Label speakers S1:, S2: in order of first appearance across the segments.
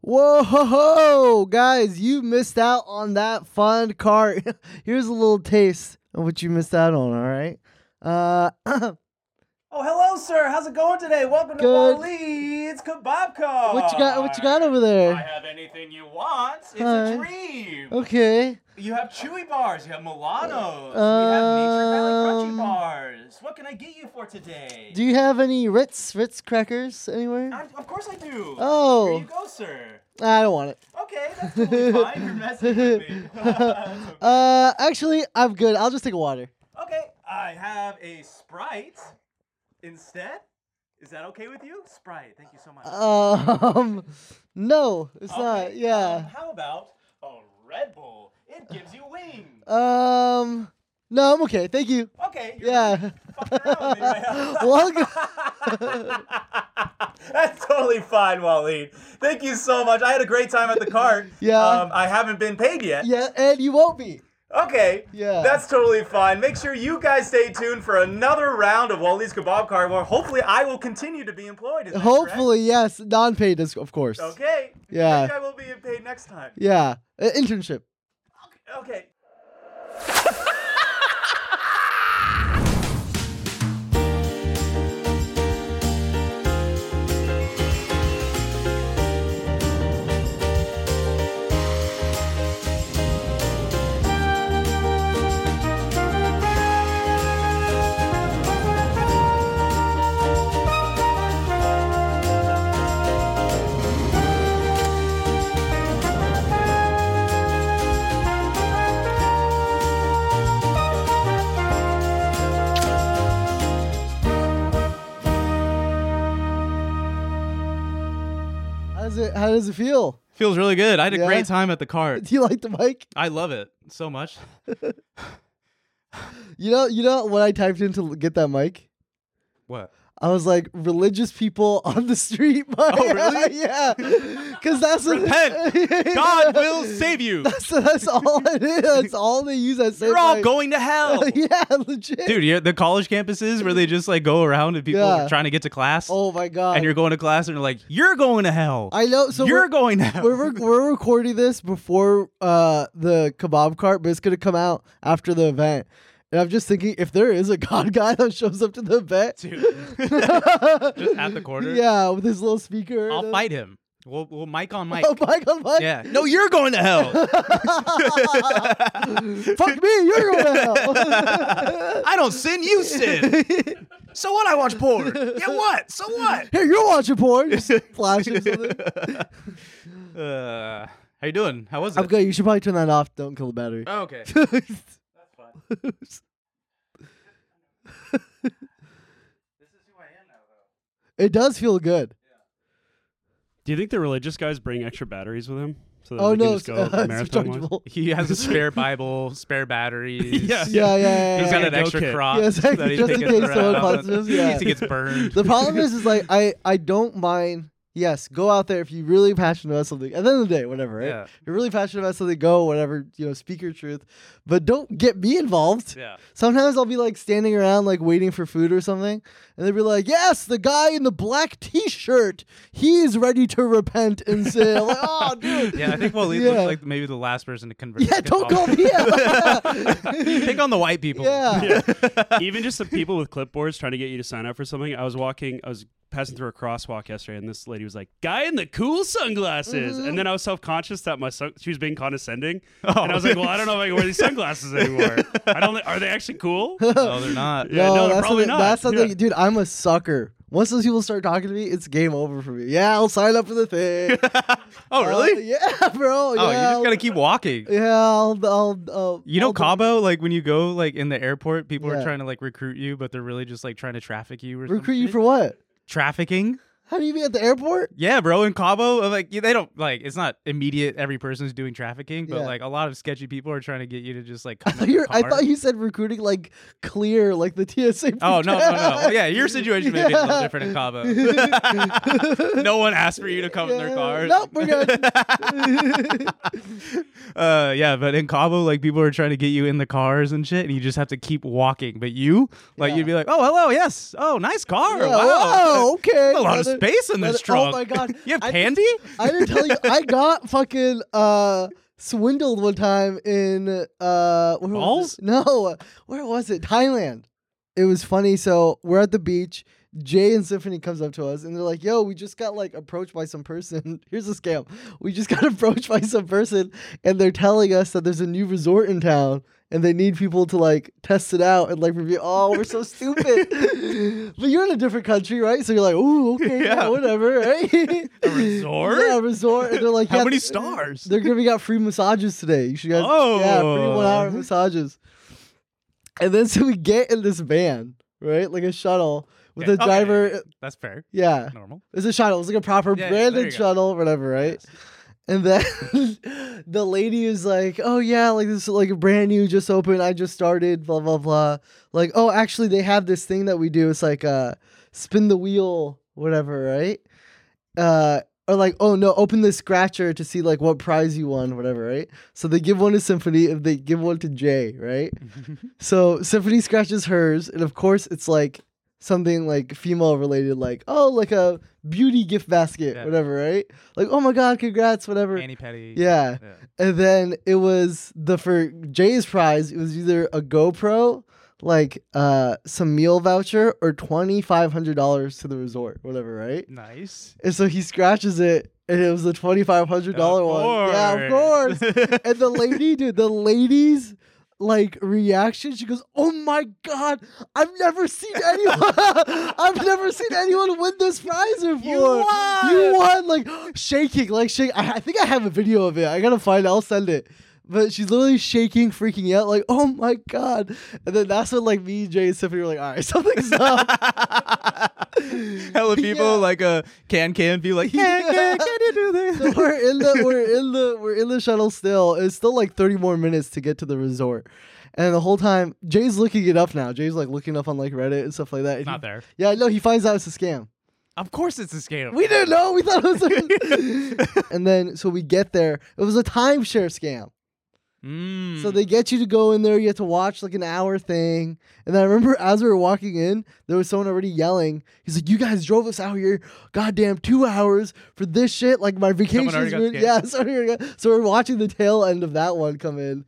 S1: Whoa, ho, ho, guys, you missed out on that fun cart. Here's a little taste of what you missed out on, all right? Uh,
S2: Oh, hello, sir. How's it going today? Welcome
S1: Good.
S2: to Wally's Kebab Car.
S1: what you got what you got over there? Oh.
S2: I have anything you want. It's
S1: Hi.
S2: a dream.
S1: Okay.
S2: You have chewy bars. You have Milanos. we have Nature Valley
S1: Um,
S2: crunchy bars. What can I get you for today?
S1: Do you have any Ritz Ritz crackers anywhere?
S2: I, of course I do. Here
S1: Oh,
S2: you go, sir.
S1: I don't want it.
S2: Okay, that's totally fine. You're messing with me. That's okay.
S1: Uh, actually, I'm good. I'll just take a water.
S2: okay, I have a Sprite instead. Is that okay with you? Sprite, thank you so much.
S1: Um, no, it's
S2: Okay,
S1: not.
S2: um,
S1: Yeah.
S2: how about a Red Bull? It gives you wings.
S1: Um, no, I'm okay. Thank you.
S2: Okay. You're
S1: Yeah.
S2: fucking around with me right now.
S1: Welcome.
S2: That's totally fine, Waleed. Thank you so much. I had a great time at the cart.
S1: Yeah.
S2: Um, I haven't been paid yet.
S1: Yeah, and you won't be.
S2: Okay.
S1: Yeah.
S2: That's totally fine. Make sure you guys stay tuned for another round of Wally's Kebab Car, where hopefully I will continue to be employed. Is that correct?
S1: Hopefully, yes. Non-paid, is- of course.
S2: Okay.
S1: Yeah.
S2: Maybe I will be paid next time.
S1: Yeah, uh, internship.
S2: Okay.
S1: How does it? How does it feel?
S3: Feels really good. I had a
S1: Yeah.
S3: great time at the cart.
S1: Do you like the mic?
S3: I love it so much.
S1: You know, you know when I typed in to get that mic,
S3: What?
S1: I was like religious people on the street. Oh
S3: really?
S1: yeah, because that's what-
S3: Repent. God will save you.
S1: So that's all it is. That's all they use. That same
S3: You're all
S1: mic.
S3: going to hell.
S1: yeah, legit.
S3: Dude, you're, the college campuses where they just like go around and people
S1: Yeah.
S3: are trying to get to class
S1: Oh my god.
S3: and you're going to class and they're like, you're going to hell.
S1: I know. So
S3: you're
S1: we're,
S3: going to hell.
S1: we're, rec- we're recording this before uh the kebab cart, but it's gonna come out after the event. And I'm just thinking, if there is a god guy that shows up to the event,
S3: Dude, just at the corner.
S1: yeah, with his little speaker,
S3: I'll
S1: and-
S3: fight him. We'll, we'll mic on mic.
S1: Oh my god, Mike.
S3: Yeah. No, you're going to hell.
S1: Fuck me, you're going to
S3: I don't sin, you sin.
S1: hell.
S3: So what? I watch porn. Yeah, what? So what?
S1: Here, you're watching porn. Just flashing something.
S3: Uh, how you doing? How was it?
S1: I'm good. You should probably turn that off. Don't kill the battery.
S3: Oh, okay.
S2: That's fine. This is who I am now, though.
S1: it does feel good.
S4: Do you think the religious guys bring extra batteries with them? So that
S1: oh
S4: they
S1: no,
S4: can just
S1: it's,
S4: go
S1: uh, it's
S4: marathon wise?
S1: rechargeable.
S3: He has a spare Bible, spare batteries.
S4: Yeah.
S1: Yeah, yeah, yeah.
S3: He's got
S1: yeah.
S3: an
S4: Go
S3: extra
S4: kid.
S3: crop
S1: Yeah, exactly,
S3: that he
S1: just in
S3: thinks
S1: case someone
S3: around.
S1: punches him,
S3: In
S1: yeah.
S3: case he gets burned.
S1: The problem is, is like I, I don't mind. Yes, go out there if you're really passionate about something. At the end of the day, whatever, right?
S3: Yeah.
S1: If you're really passionate about something, go whatever. You know, speak your truth, but don't get me involved.
S3: yeah.
S1: Sometimes I'll be like standing around, like waiting for food or something, and they'll be like, "Yes, the guy in the black T-shirt, he's ready to repent and sin." I'm like, "Oh, dude,
S3: Yeah, I think Waleed
S1: Yeah.
S3: looks like maybe the last person to convert.
S1: yeah,
S3: to
S1: don't call
S3: Catholic.
S1: me out."
S3: Pick on the white people.
S1: yeah,
S4: Yeah. Even just the people with clipboards trying to get you to sign up for something. I was walking, I was passing through a crosswalk yesterday, and this lady was like, "Guy in the cool sunglasses,"
S1: Mm-hmm.
S4: and then I was self conscious that my sun- she was being condescending,
S3: Oh,
S4: and I was like, "Well, I don't know if I can wear these sunglasses anymore. I don't. thi- Are they actually cool?
S3: No, they're not.
S4: Yeah, no,
S1: that's
S4: probably
S1: something,
S4: not.
S1: That's something,
S4: Yeah.
S1: dude. I'm a sucker. Once those people start talking to me, it's game over for me. Yeah, I'll sign up for the thing.
S3: Oh,
S1: Uh,
S3: really?
S1: yeah, uh, bro.
S3: Oh,
S1: yeah,
S3: you just gotta keep walking.
S1: I'll- Yeah, I'll. I'll, I'll
S3: You know
S1: I'll-
S3: Cabo, like when you go like in the airport, people
S1: Yeah.
S3: are trying to like recruit you, but they're really just like trying to traffic you or
S1: recruit
S3: some
S1: you
S3: shit.
S1: for what?
S3: trafficking.
S1: How do you be at the airport?
S3: Yeah, bro, in Cabo, uh, like they don't like it's not immediate. Every person's doing trafficking, but
S1: Yeah.
S3: like a lot of sketchy people are trying to get you to just like.
S1: I
S3: Come out
S1: thought,
S3: the
S1: you I
S3: car.
S1: thought you said recruiting like clear, like the TSA.
S3: Oh no, no, no! Well,
S1: program.
S3: yeah, your situation may be a little
S1: Yeah.
S3: different in Cabo. no one asked for you to come in their
S1: Yeah.
S3: car.
S1: Nope, we're good.
S3: Uh, yeah, but in Cabo, like people are trying to get you in the cars and shit, and you just have to keep walking. But you, like,
S1: Yeah.
S3: you'd be like, "Oh, hello, yes, oh, nice car,
S1: Yeah,
S3: wow,
S1: wow, okay.
S3: a lot of
S1: Leather-
S3: space in this
S1: leather-
S3: truck."
S1: Oh my god.
S3: you have
S1: I-
S3: candy?
S1: I didn't tell you. I got fucking uh swindled one time in uh where was
S3: Malls?
S1: it? No, where was it? Thailand. It was funny. So we're at the beach. Jay and Symphony comes up to us and they're like, "Yo, we just got like approached by some person. Here's a scam. We just got approached by some person, and they're telling us that there's a new resort in town." And they need people to like test it out and like review. Oh, we're so stupid. but you're in a different country, right? So you're like, ooh, okay, yeah,
S3: Yeah.
S1: whatever, right?
S3: A resort?
S1: Yeah, a resort. And they're like,
S3: How
S1: yeah,
S3: many
S1: th-
S3: stars?
S1: They're giving out free massages today. You should guys, yeah, free
S3: Oh.
S1: one hour massages. And then so we get in this van, right, like a shuttle with
S3: Okay,
S1: a
S3: okay.
S1: driver.
S3: That's fair.
S1: Yeah,
S3: Normal.
S1: it's a shuttle. It's like a proper
S3: Yeah, yeah, there
S1: branded
S3: you go.
S1: shuttle, whatever, right? And then the lady is like, "Oh yeah, like this is like brand new, just opened. I just started. Blah blah blah. Like, oh, actually, they have this thing that we do. It's like uh, spin the wheel, whatever, right? Uh, or like, oh no, open the scratcher to see like what prize you won, whatever, right? So they give one to Symphony, if they give one to Jay, right? so Symphony scratches hers, and of course, it's like something like female related, like oh, like a beauty gift basket,
S3: Yeah.
S1: whatever, right? Like, oh my god, congrats, whatever.
S3: Annie Petty.
S1: Yeah.
S3: Yeah.
S1: And then it was the for Jay's prize, it was either a GoPro, like uh some meal voucher, or twenty five hundred dollars to the resort, whatever, right?
S3: Nice.
S1: And so he scratches it and it was the twenty five hundred dollar one. Yeah, of course. and the lady, dude, the ladies like reaction, she goes, Oh my god, I've never seen anyone I've never seen anyone win this prize before.
S3: won!"
S1: You won like shaking, like shake I, I think I have a video of it. I gotta find it, I'll send it. But she's literally shaking, freaking out, like, oh my god. And then that's when like me, Jay, and Tiffany were like, all right, something's up.
S3: Hella people
S1: Yeah.
S3: like uh, can can be like,
S1: Yeah.
S3: can, can, can you do this?
S1: So we're in the we're in the we're in the shuttle still. It's still like 30 more minutes to get to the resort. And the whole time Jay's looking it up now. Jay's like looking up on like Reddit and stuff like that. And
S3: Not
S1: he-
S3: there.
S1: Yeah, no, he finds out it's a scam.
S3: Of course, it's a scam.
S1: We didn't know. We thought it was a And then so we get there. It was a timeshare scam.
S3: Mm.
S1: So they get you to go in there, you have to watch like an hour thing. And then I remember as we were walking in, there was someone already yelling. He's like, You guys drove us out here, goddamn, two hours for this shit. Like my vacation's
S3: already got
S1: ruined."
S3: scammed.
S1: Yeah, someone already got- so we're watching the tail end of that one come in.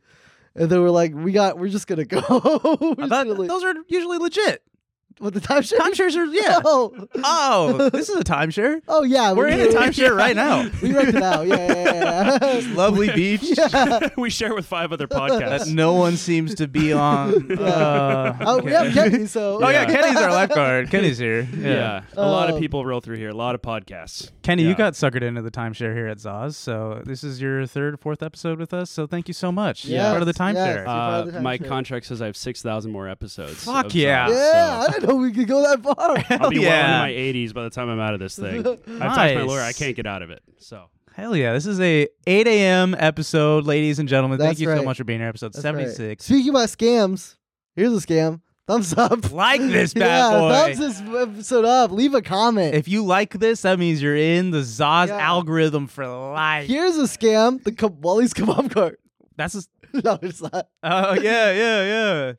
S1: And they were like, We got we're just gonna go. We're
S3: I
S1: just
S3: thought
S1: gonna leave.
S3: those are usually legit.
S1: What, the timeshare?
S3: Timeshares are yeah.
S1: Oh,
S3: Oh, this is a timeshare.
S1: oh yeah.
S3: We're in a
S1: we-
S3: timeshare right now.
S1: We rented out. Yeah, yeah, yeah, yeah.
S3: Lovely beach
S4: we share with five other
S3: that
S4: podcasts.
S3: no one seems to be on. Uh,
S1: Oh, we have
S3: okay.
S1: Kenny, so
S3: Oh yeah,
S4: Yeah.
S3: Kenny's our lifeguard. Kenny's here. Yeah,
S4: yeah. a lot
S1: Uh,
S4: of people roll through here. A lot of podcasts.
S3: Kenny, you
S4: Yeah.
S3: got suckered into the timeshare here at Zaz. So this is your third, fourth episode with us. So thank you so much.
S1: Yeah.
S3: Yeah, part of the
S1: Yes, yes.
S3: timeshare.
S1: Uh, proud of the
S4: my
S1: timeshare.
S4: contract says I have six thousand more episodes.
S3: Fuck
S4: of
S3: yeah.
S4: Zone,
S1: Yeah,
S4: so
S1: I didn't know we could go that far.
S3: Hell
S4: I'll be
S3: yeah.
S4: well in my eighties by the time I'm out of this thing. I've talked to my
S3: Nice.
S4: lawyer. I can't get out of it. So
S3: Hell yeah! This is a 8 a.m. episode, ladies and gentlemen.
S1: That's
S3: Thank you
S1: right.
S3: so much for being here. Episode
S1: That's right.
S3: 76.
S1: Speaking about scams, here's a scam. Thumbs up.
S3: Like this
S1: yeah, thumbs
S3: bad boy.
S1: this episode up. Leave a comment.
S3: If you like this, that means you're in the Zaz
S1: Yeah.
S3: algorithm for life.
S1: here's a scam. The keb- Wally's kebab cart.
S3: That's a,
S1: No, it's not.
S3: oh yeah, yeah, yeah.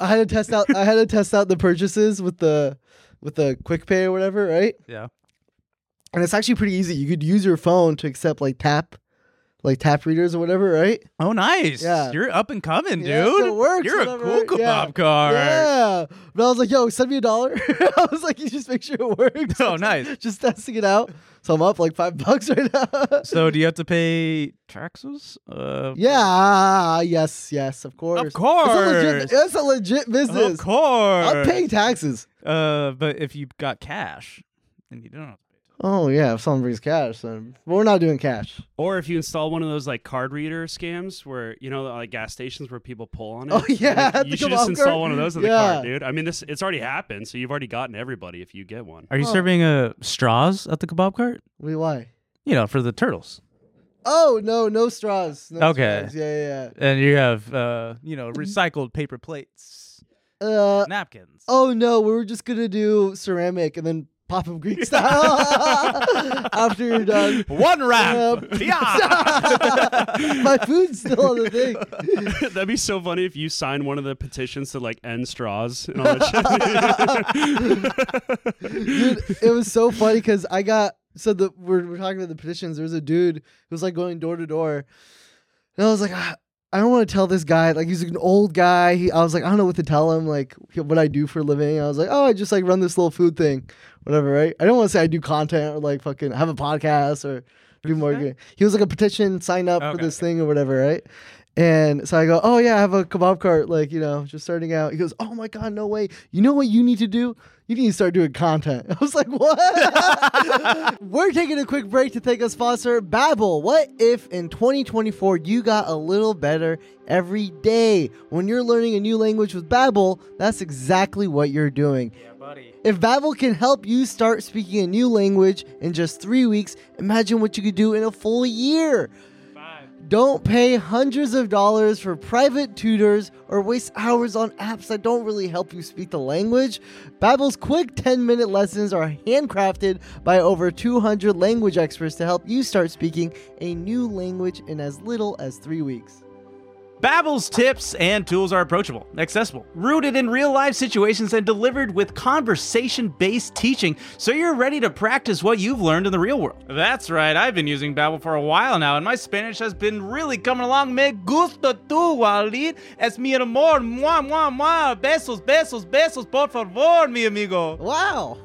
S1: I had to test out. I had to test out the purchases with the with the quick pay or whatever, right?
S3: Yeah.
S1: And it's actually pretty easy. You could use your phone to accept like tap, like tap readers or whatever, right?
S3: Oh, nice.
S1: Yeah.
S3: You're up and coming, dude.
S1: Yeah, so it works,
S3: You're a
S1: whatever,
S3: cool
S1: right? Yeah.
S3: kebab car.
S1: Yeah. But I was like, yo, send me a dollar. I was like, you just make sure it works.
S3: Oh, nice.
S1: just testing it out. So I'm up like five bucks right now.
S3: So do you have to pay taxes? Uh,
S1: yeah. Yes. Yes. Of course.
S3: Of course.
S1: It's a legit, it's a legit business.
S3: Of course.
S1: I'm paying taxes.
S3: Uh, but if you got cash, then you don't.
S1: Oh yeah. If someone brings cash, then but we're not doing cash.
S4: Or if you install one of those like card reader scams where you know like gas stations where people pull on it.
S1: Oh, yeah,
S4: like,
S1: at the
S4: you should
S1: kebab
S4: just
S1: cart.
S4: install one of those in the
S1: Yeah.
S4: card, dude. I mean, this it's already happened, so you've already gotten everybody if you get one.
S3: Are you
S1: Oh.
S3: serving uh, straws at the kebab cart?
S1: Wait, why?
S3: You know, for the turtles.
S1: Oh no, no straws. No
S3: Okay.
S1: straws. Yeah, yeah,
S3: And you have, uh, you know, recycled paper plates,
S1: yeah. Uh,
S3: napkins.
S1: oh no, we were just gonna do ceramic and then pop up Greek style after you're done.
S3: One
S1: Yep.
S3: rap. Yeah.
S1: My food's still on the thing.
S4: That'd be so funny if you signed one of the petitions to like end straws and all that
S1: Dude, it was so funny because I got so the we're, we're talking about the petitions. There was a dude who was like going door to door, and I was like, "Ah, I don't want to tell this guy. Like he's an old guy. He, I was like, I don't know what to tell him. Like what I do for a living. I was like, oh, I just like run this little food thing, whatever. Right? I don't want to say I do content or like fucking have a podcast or do marketing. He was like a petition sign up for
S3: Okay,
S1: this thing or whatever, right? And so I go, oh yeah, I have a kebab cart, like you know, just starting out. He goes, oh my god, no way. You know what you need to do? You need to start doing content. I was like, what? We're taking a quick break to thank our sponsor, Babbel. What if in 2024 you got a little better every day? When you're learning a new language with Babbel, that's exactly what you're doing. If Babbel can help you start speaking a new language in just three weeks, imagine what you could do in a full year. Don't pay hundreds of dollars for private tutors or waste hours on apps that don't really help you speak the language. Babbel's quick 10-minute lessons are handcrafted by over 200 language experts to help you start speaking a new language in as little as 3 weeks.
S3: Babbel's tips and tools are approachable, accessible, rooted in real-life situations and delivered with conversation-based teaching so you're ready to practice what you've learned in the real world. That's right. I've been using Babbel for a while now and my Spanish has been really coming along. Me gusta tu, Walid. Es mi amor. Mua, mua, mua. Besos, besos, besos. Por favor, mi amigo.
S1: Wow.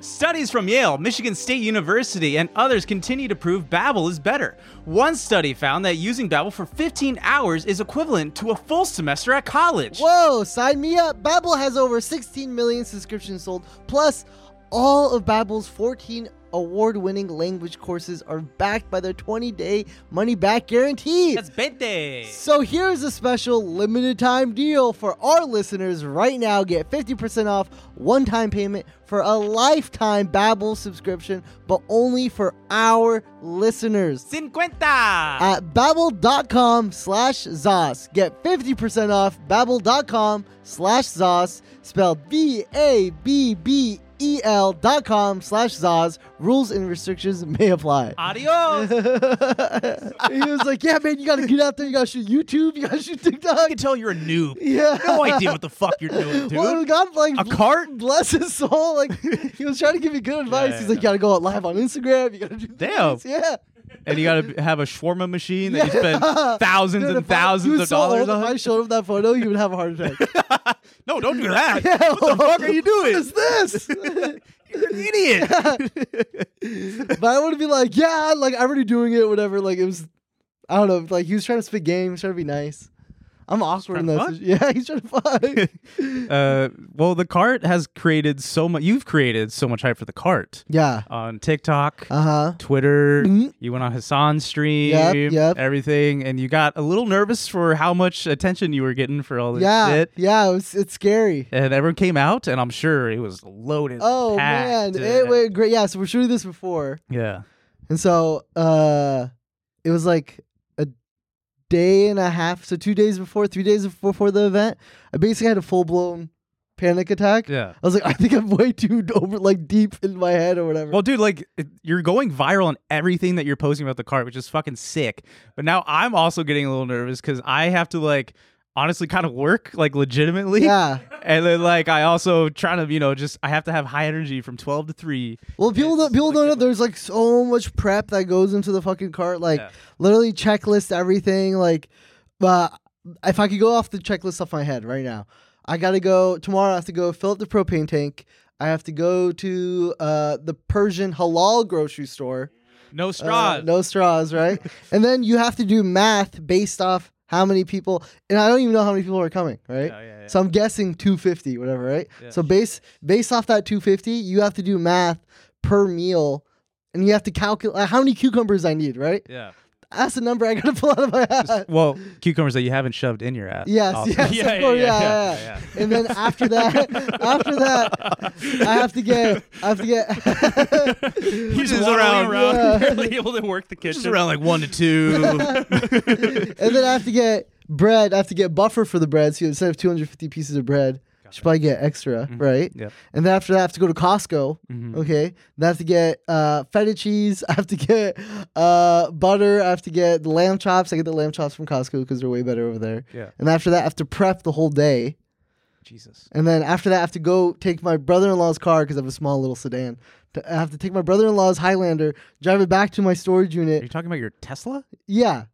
S3: Studies from Yale, Michigan State University, and others continue to prove Babbel is better. One study found that using Babbel for 15 hours is equivalent to a full semester at college.
S1: Whoa, sign me up. Babbel has over 16 million subscriptions sold, plus all of Babbel's 14 award-winning language courses are backed by their 20-day money-back guarantee.
S3: That's bete.
S1: So here's a special limited time deal for our listeners right now. Get 50% off one time payment for a lifetime Babbel subscription, but only for our listeners.
S3: Cincuenta.
S1: At babbel.com slash Zos. Get 50% off babbel.com slash Zos, spelled B-A-B-B-E-L E dot com slash Zos. Rules and restrictions may apply.
S3: Adios.
S1: he was like, "Yeah, man, you gotta get out there. You gotta shoot YouTube. You gotta shoot
S3: I
S1: TikTok."
S3: can tell you're a noob.
S1: Yeah.
S3: No idea what the fuck you're doing, dude.
S1: Well, God, like
S3: a cart?
S1: bless his soul. Like he was trying to give me good advice.
S3: yeah,
S1: He's like, "You gotta go out live on Instagram. You gotta do
S3: Damn.
S1: this." Yeah.
S3: And you gotta have a shawarma machine that you spend
S1: Yeah.
S3: thousands
S1: Dude,
S3: and
S1: if I- he
S3: thousands
S1: was
S3: of
S1: so
S3: dollars
S1: old, If I
S3: on.
S1: showed him that photo, he would have a heart attack.
S3: No, don't do that.
S1: Yeah,
S3: What the fuck are you doing?
S1: What is this?
S3: You're an idiot.
S1: but I would be like, "Yeah, like I'm already doing it. Whatever." Like it was, I don't know. Like he was trying to spit game. He was trying to be nice. I'm awkward in
S3: trying
S1: that.
S3: to
S1: situ- Yeah, he's trying to fuck.
S3: uh, well, the cart has created so much. You've created so much hype for the cart
S1: yeah.
S3: on TikTok,
S1: Uh huh.
S3: Twitter.
S1: Mhm.
S3: You went on Hassan's stream,
S1: Yep, yep.
S3: everything, and you got a little nervous for how much attention you were getting for all this
S1: Yeah,
S3: shit.
S1: yeah, it was, it's scary.
S3: And everyone came out, and I'm sure it was loaded.
S1: Oh
S3: packed,
S1: man,
S3: uh,
S1: it went great. Yeah, so we're shooting this before,
S3: Yeah.
S1: and so uh, it was like a day and a half, so two days before, three days before, before the event, I basically had a full blown panic attack.
S3: Yeah.
S1: I was like, I think I'm way too over, like deep in my head or whatever.
S3: Well, dude, like it- you're going viral on everything that you're posting about the cart, which is fucking sick. But now I'm also getting a little nervous because I have to like honestly kind of work like legitimately.
S1: yeah.
S3: And then like I also try to, you know, just I have to have high energy from twelve to three.
S1: Well, people don't, people don't know there's like so much prep that goes into the fucking cart. Like literally checklist everything. Like, uh, if I could go off the checklist off my head right now, I gotta go tomorrow. I have to go fill up the propane tank. I have to go to uh, the Persian halal grocery store.
S3: No
S1: Uh,
S3: straws.
S1: no straws, right? and then you have to do math based off how many people, and I don't even know how many people are coming, right?
S3: Oh, Yeah, yeah, yeah.
S1: So I'm guessing 250, whatever, right?
S3: Yeah.
S1: So base based off that 250, you have to do math per meal, and you have to calculate how many cucumbers I need, right?
S3: yeah.
S1: That's the number I gotta pull out of my ass.
S3: Well, cucumbers that you haven't shoved in your ass.
S1: Yes,
S3: Also.
S1: yes,
S4: Yeah,
S1: of
S4: yeah,
S1: course, yeah,
S4: yeah,
S1: yeah,
S3: yeah,
S1: And then after that, after that, I have to get, I have to get.
S4: shit. He's
S3: Which is
S4: just around,
S3: around-
S4: around
S1: Yeah.
S4: barely able to work the
S3: Just
S4: kitchen.
S3: around like one to two.
S1: and then I have to get bread. I have to get buffer for the bread. So instead of 250 pieces of bread, should probably get extra, right?
S3: Mm-hmm. Yep.
S1: And then after that, I have to go to Costco.
S3: Mhm.
S1: Okay. Then I have to get uh, feta cheese. I have to get uh, butter. I have to get the lamb chops. I get the lamb chops from Costco because they're way better over there.
S3: Yeah.
S1: And after that, I have to prep the whole day.
S3: Jesus.
S1: And then after that, I have to go take my brother in law's car because I have a small little sedan. T- I have to take my brother in law's Highlander, drive it back to my storage
S3: Are you
S1: unit.
S3: talking about your Tesla?
S1: Yeah.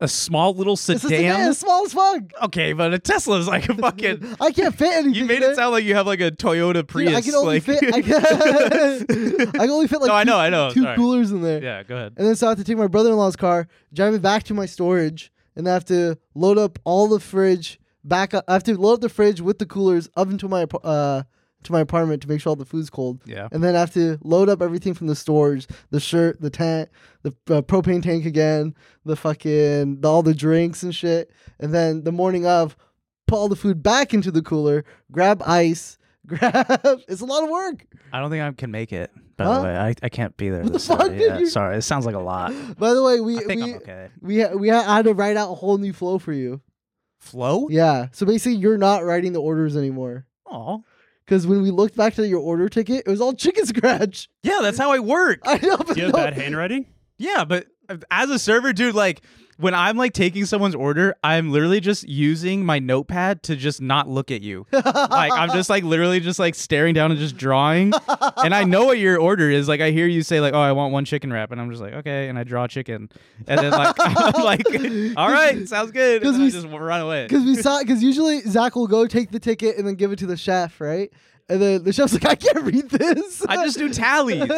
S3: A small little
S1: It's a sedan.
S3: sedan.
S1: It's small as fuck.
S3: Okay, but a Tesla is like a fucking.
S1: I can't fit anything.
S3: You made
S1: in
S3: it sound like you have like a Toyota Prius.
S1: Dude, I can only
S3: like,
S1: fit. I can, I can only fit like
S3: No, I
S1: two-
S3: know, I know.
S1: two
S3: Sorry.
S1: coolers in there.
S3: yeah, go ahead.
S1: And then so I have to take my brother-in-law's car, drive it back to my storage, and I have to load up all the fridge back. Up, I have to load up the fridge with the coolers up into my ap- uh to my apartment to make sure all the food's cold.
S3: Yeah.
S1: And then I have to load up everything from the storage, the shirt, the tent, the uh, propane tank again, the fucking the, all the drinks and shit. And then the morning of, put all the food back into the cooler, grab ice, grab. it's a lot of work.
S3: I don't think I can make it. By
S1: Huh?
S3: the way, I, I can't be there.
S1: the
S3: this
S1: fuck
S3: Saturday.
S1: did
S3: Yeah,
S1: you-
S3: Sorry, it sounds like a lot.
S1: By the way, we
S3: I think
S1: we
S3: I'm okay.
S1: we ha- we ha- I had to write out a whole new flow for you.
S3: Flow?
S1: Yeah. So basically, you're not writing the orders anymore.
S3: Oh.
S1: Because when we looked back to your order ticket, it was all chicken scratch.
S3: Yeah, that's how I work.
S1: I know, but
S4: Do you have
S1: no-
S4: bad handwriting?
S3: Yeah, but as a server, dude, like when I'm like taking someone's order, I'm literally just using my notepad to just not look at you. like I'm just like literally just like staring down and just drawing. and I know what your order is. Like I hear you say like, "Oh, I want one chicken wrap," and I'm just like, "Okay," and I draw chicken. And then like I'm like, "All right, sounds good." And
S1: 'Cause
S3: then I
S1: we-
S3: just run away.
S1: Because we saw, because usually Zach will go take the ticket and then give it to the chef, right? And then the chef's like, I can't read this.
S3: I just do tallies.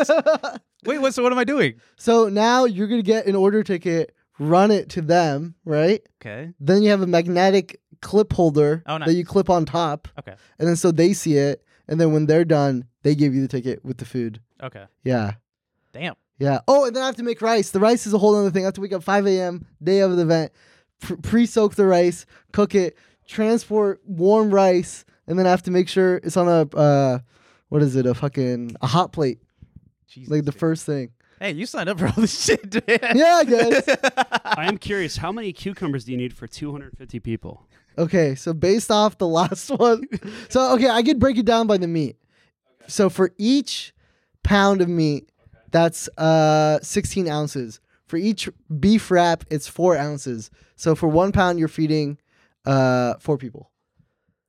S3: Wait, what? So what am I doing?
S1: so now you're gonna get an order ticket, run it to them, right?
S3: Okay.
S1: Then you have a magnetic clip holder
S3: Oh,
S1: that
S3: nice.
S1: you clip on top,
S3: Okay.
S1: and then so they see it, and then when they're done, they give you the ticket with the food.
S3: Okay.
S1: Yeah.
S3: Damn.
S1: Yeah. Oh, and then I have to make rice. The rice is a whole other thing. I have to wake up 5 a.m. day of the event, pre soak the rice, cook it, transport warm rice, and then I have to make sure it's on a uh, what is it? A fucking a hot plate.
S3: Jesus.
S1: Like the first thing.
S3: hey, you signed up for all this shit, man.
S1: Yeah, I guess.
S4: I am curious, how many cucumbers do you need for 250 people?
S1: okay, so based off the last one, so okay, I could break it down by the meat. So for each pound of meat, that's uh 16 ounces. For each beef wrap, it's four ounces. So for one pound, you're feeding uh four people.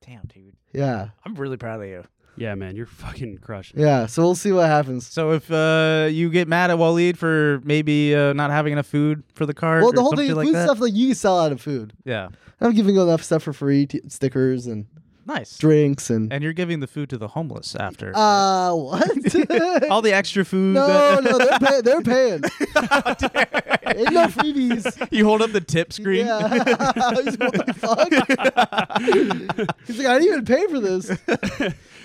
S3: Damn, dude.
S1: Yeah,
S3: I'm really proud of you.
S4: Yeah, man, you're fucking crushing. it.
S1: yeah. So we'll see what happens.
S3: So if uh, you get mad at Waleed for maybe uh, not having enough food for the cart,
S1: Well, the
S3: or
S1: whole
S3: some
S1: thing,
S3: shit
S1: food
S3: like that,
S1: stuff, like you can sell out of food.
S3: yeah,
S1: I'm giving enough stuff for free, t- stickers and
S3: nice.
S1: drinks and.
S3: And you're giving the food to the homeless after
S1: Uh, what?
S3: all the extra food.
S1: No, no, they're, pay- they're paying. Ain't no freebies.
S3: you hold up the tip screen.
S1: Yeah. He's like, what the fuck? He's like, I didn't even pay for this.
S4: Well,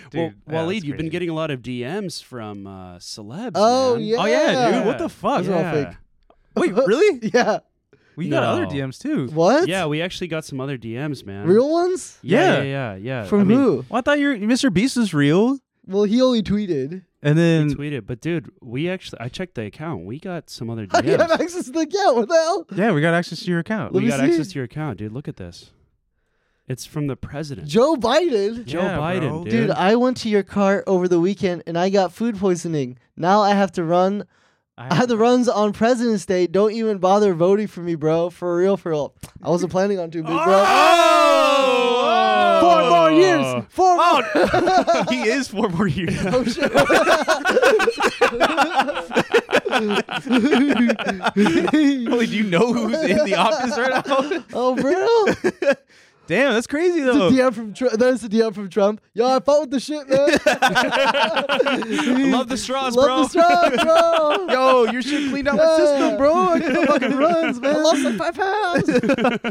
S3: Dude, yeah,
S4: Waleed,
S3: that's
S4: you've been
S3: crazy.
S4: getting a lot of DMs from uh, celebs.
S1: Oh,
S4: man.
S1: yeah.
S3: Oh yeah, dude. What the fuck?
S1: Those are all fake.
S3: Wait, really?
S1: Yeah.
S3: We got other
S4: No.
S3: DMs too.
S1: What?
S4: Yeah, we actually got some other DMs, man.
S1: Real ones?
S3: Yeah.
S4: Yeah, yeah, yeah. yeah.
S1: From
S4: I mean,
S1: who?
S3: Well, I thought your Mr. Beast was real,
S1: Well, he only tweeted.
S3: and
S4: He
S3: then
S4: tweeted, but dude, we actually I checked the account. We got some other
S1: How do you have
S4: DMs.
S1: access to the account? What the hell?
S3: yeah, we got access to your account.
S1: Let
S4: we
S1: me
S4: got
S1: see.
S4: access to your account, dude. Look at this. It's from the president,
S1: Joe Biden.
S4: Joe
S3: Yeah,
S4: Biden,
S3: bro.
S4: dude.
S1: Dude, I went to your car over the weekend and I got food poisoning. Now I have to run. I had the runs on President's Day. Don't even bother voting for me, bro. For real, for real. I wasn't planning on to, big bro.
S3: Oh!
S1: Four more years. Four more.
S3: he is four more years.
S1: Oh, shit. oh,
S3: Holy, do you know who's in the office right now?
S1: Oh, bro.
S3: Damn, that's crazy
S1: It's
S3: though.
S1: a DM from Trump. There's a DM from Trump. Yo, I fought with the shit, man.
S3: Love the straws,
S1: Love
S3: bro.
S1: the strong, bro.
S3: Yo, your shit cleaned out my
S1: Yeah.
S3: system, bro. I could've fucking runs,
S1: I
S3: man.
S1: lost like five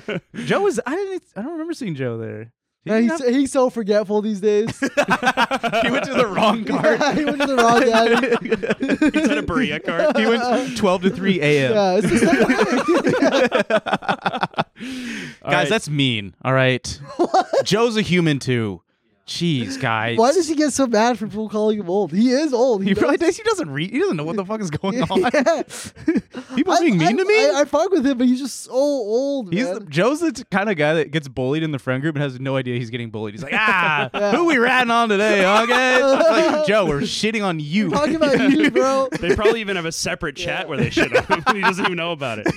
S1: pounds.
S3: Joe was. I didn't. I don't remember seeing Joe there. Did
S1: Yeah,
S3: he
S1: he's, he's so forgetful these days.
S3: not? he went to the wrong card.
S1: yeah, he went to the wrong guy.
S4: He's on a Berea card.
S3: He went twelve to three a.m.
S1: Yeah, it's just
S4: All
S3: Guys,
S4: right.
S3: that's mean. All right. Joe's a human too. Jeez, guys.
S1: Why does he get so mad for people calling him old? He is old.
S3: He really
S1: knows-
S3: does. He doesn't read. He doesn't know what the fuck is going on.
S1: Yeah.
S3: People
S1: I-
S3: being mean
S1: I-
S3: to me.
S1: I, I fuck with him, but he's just so old.
S3: He's
S1: man.
S3: the, Joe's the kind of guy that gets bullied in the friend group and has no idea he's getting bullied. He's like, ah, who we ratting on today, huh, guys? It's like, Joe, we're shitting on you.
S1: talking about you, bro.
S4: They probably even have a separate chat where they should have. he doesn't even know about it.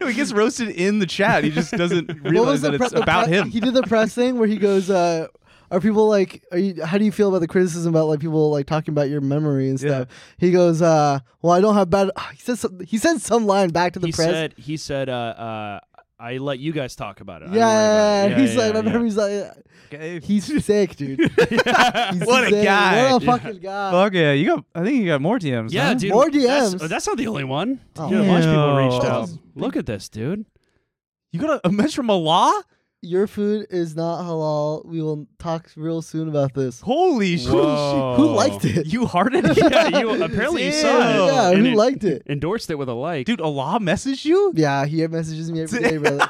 S3: no, he gets roasted in the chat. He just doesn't realize that
S1: pre- oh,
S3: it's about
S1: pre-
S3: him.
S1: He did the press thing where he goes, uh, "Are people like? Are you? How do you feel about the criticism about like people like talking about your memory and stuff?" He goes, uh, "Well, I don't have bad." He says some, he said some line back to the
S4: He
S1: press.
S4: said, he said, uh, uh, I let you guys talk about it. I don't worry
S1: yeah,
S4: about it."
S1: he's
S4: yeah,
S1: like, I
S4: yeah.
S1: remember he's like,
S3: Okay.
S1: he's sick, dude. He's
S3: What a
S1: sick.
S3: guy.
S1: What a
S3: Yeah.
S1: fucking guy.
S3: Fuck yeah, you got. I think you got more DMs.
S4: Yeah,
S3: huh?
S4: dude.
S1: More
S4: that's- oh,
S1: DMs.
S4: That's, not the only one.
S1: Oh.
S4: Dude, a bunch of people
S3: Ew.
S4: reached out.
S1: Jesus.
S4: Look at this, dude.
S3: You got a, a message from Allah?
S1: Your food is not halal. We will talk real soon about this.
S3: Holy
S4: Whoa.
S1: Who liked
S3: shit!
S1: it?
S3: You hearted it,
S4: yeah, you apparently you saw it.
S1: yeah,
S4: and
S1: who liked it?
S4: Endorsed it with a like.
S3: dude. Allah messaged you.
S1: Yeah, he messages me every day, brother.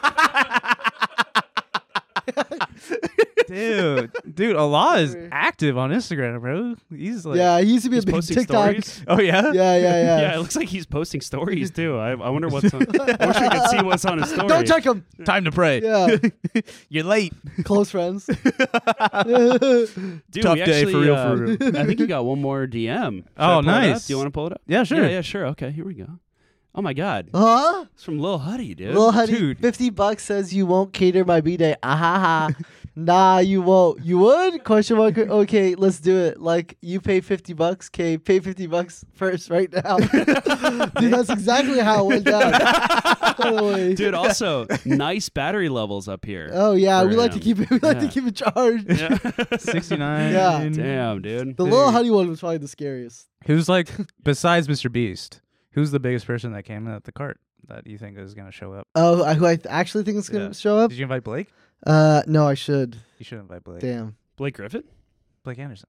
S3: dude, dude, Allah is active on Instagram, bro. He's like,
S1: yeah, he used to be a
S4: He's
S1: big
S4: posting
S1: TikTok.
S4: stories.
S3: oh yeah,
S1: Yeah, yeah, yeah.
S4: Yeah, it looks like he's posting stories too. I, I wonder what's on. I wish we could see what's on his story.
S1: Don't check him.
S3: Time to pray.
S1: Yeah.
S3: You're late.
S1: Close friends.
S4: Dude,
S3: Tough
S4: we
S3: day,
S4: actually,
S3: for real, for
S4: uh,
S3: real.
S4: I think you got one more DM. Should
S3: Oh,
S4: I pull it up?
S3: nice.
S4: Do you want to pull it up?
S3: Yeah, sure.
S4: Yeah, yeah, sure. Okay, here we go. Oh my God,
S1: huh?
S4: it's from Lil Huddy, dude.
S1: Lil Huddy,
S3: dude.
S1: 50 bucks says you won't cater my B-Day. Ahaha. nah, you won't. You would? Question mark. Okay, let's do it. Like, you pay 50 bucks. Okay, pay 50 bucks first right now. Dude, that's exactly how it went down. By the way.
S4: Dude, also nice battery levels up here.
S1: Oh, yeah.
S4: for
S1: We like to
S4: him.
S1: keep it. We like to
S4: Yeah.
S1: keep it charged.
S4: Yeah.
S3: Sixty nine.
S1: Yeah.
S4: Damn, dude.
S1: The Lil Huddy one was probably the scariest.
S3: Who's like besides Mr. Beast? Who's the biggest person that came at the cart that you think is gonna show up?
S1: Oh, I- who I th- actually think is going to
S3: Yeah.
S1: show up?
S3: Did you invite Blake?
S1: Uh, no, I should.
S3: You should invite Blake.
S1: Damn.
S4: Blake Griffin.
S3: Blake Anderson.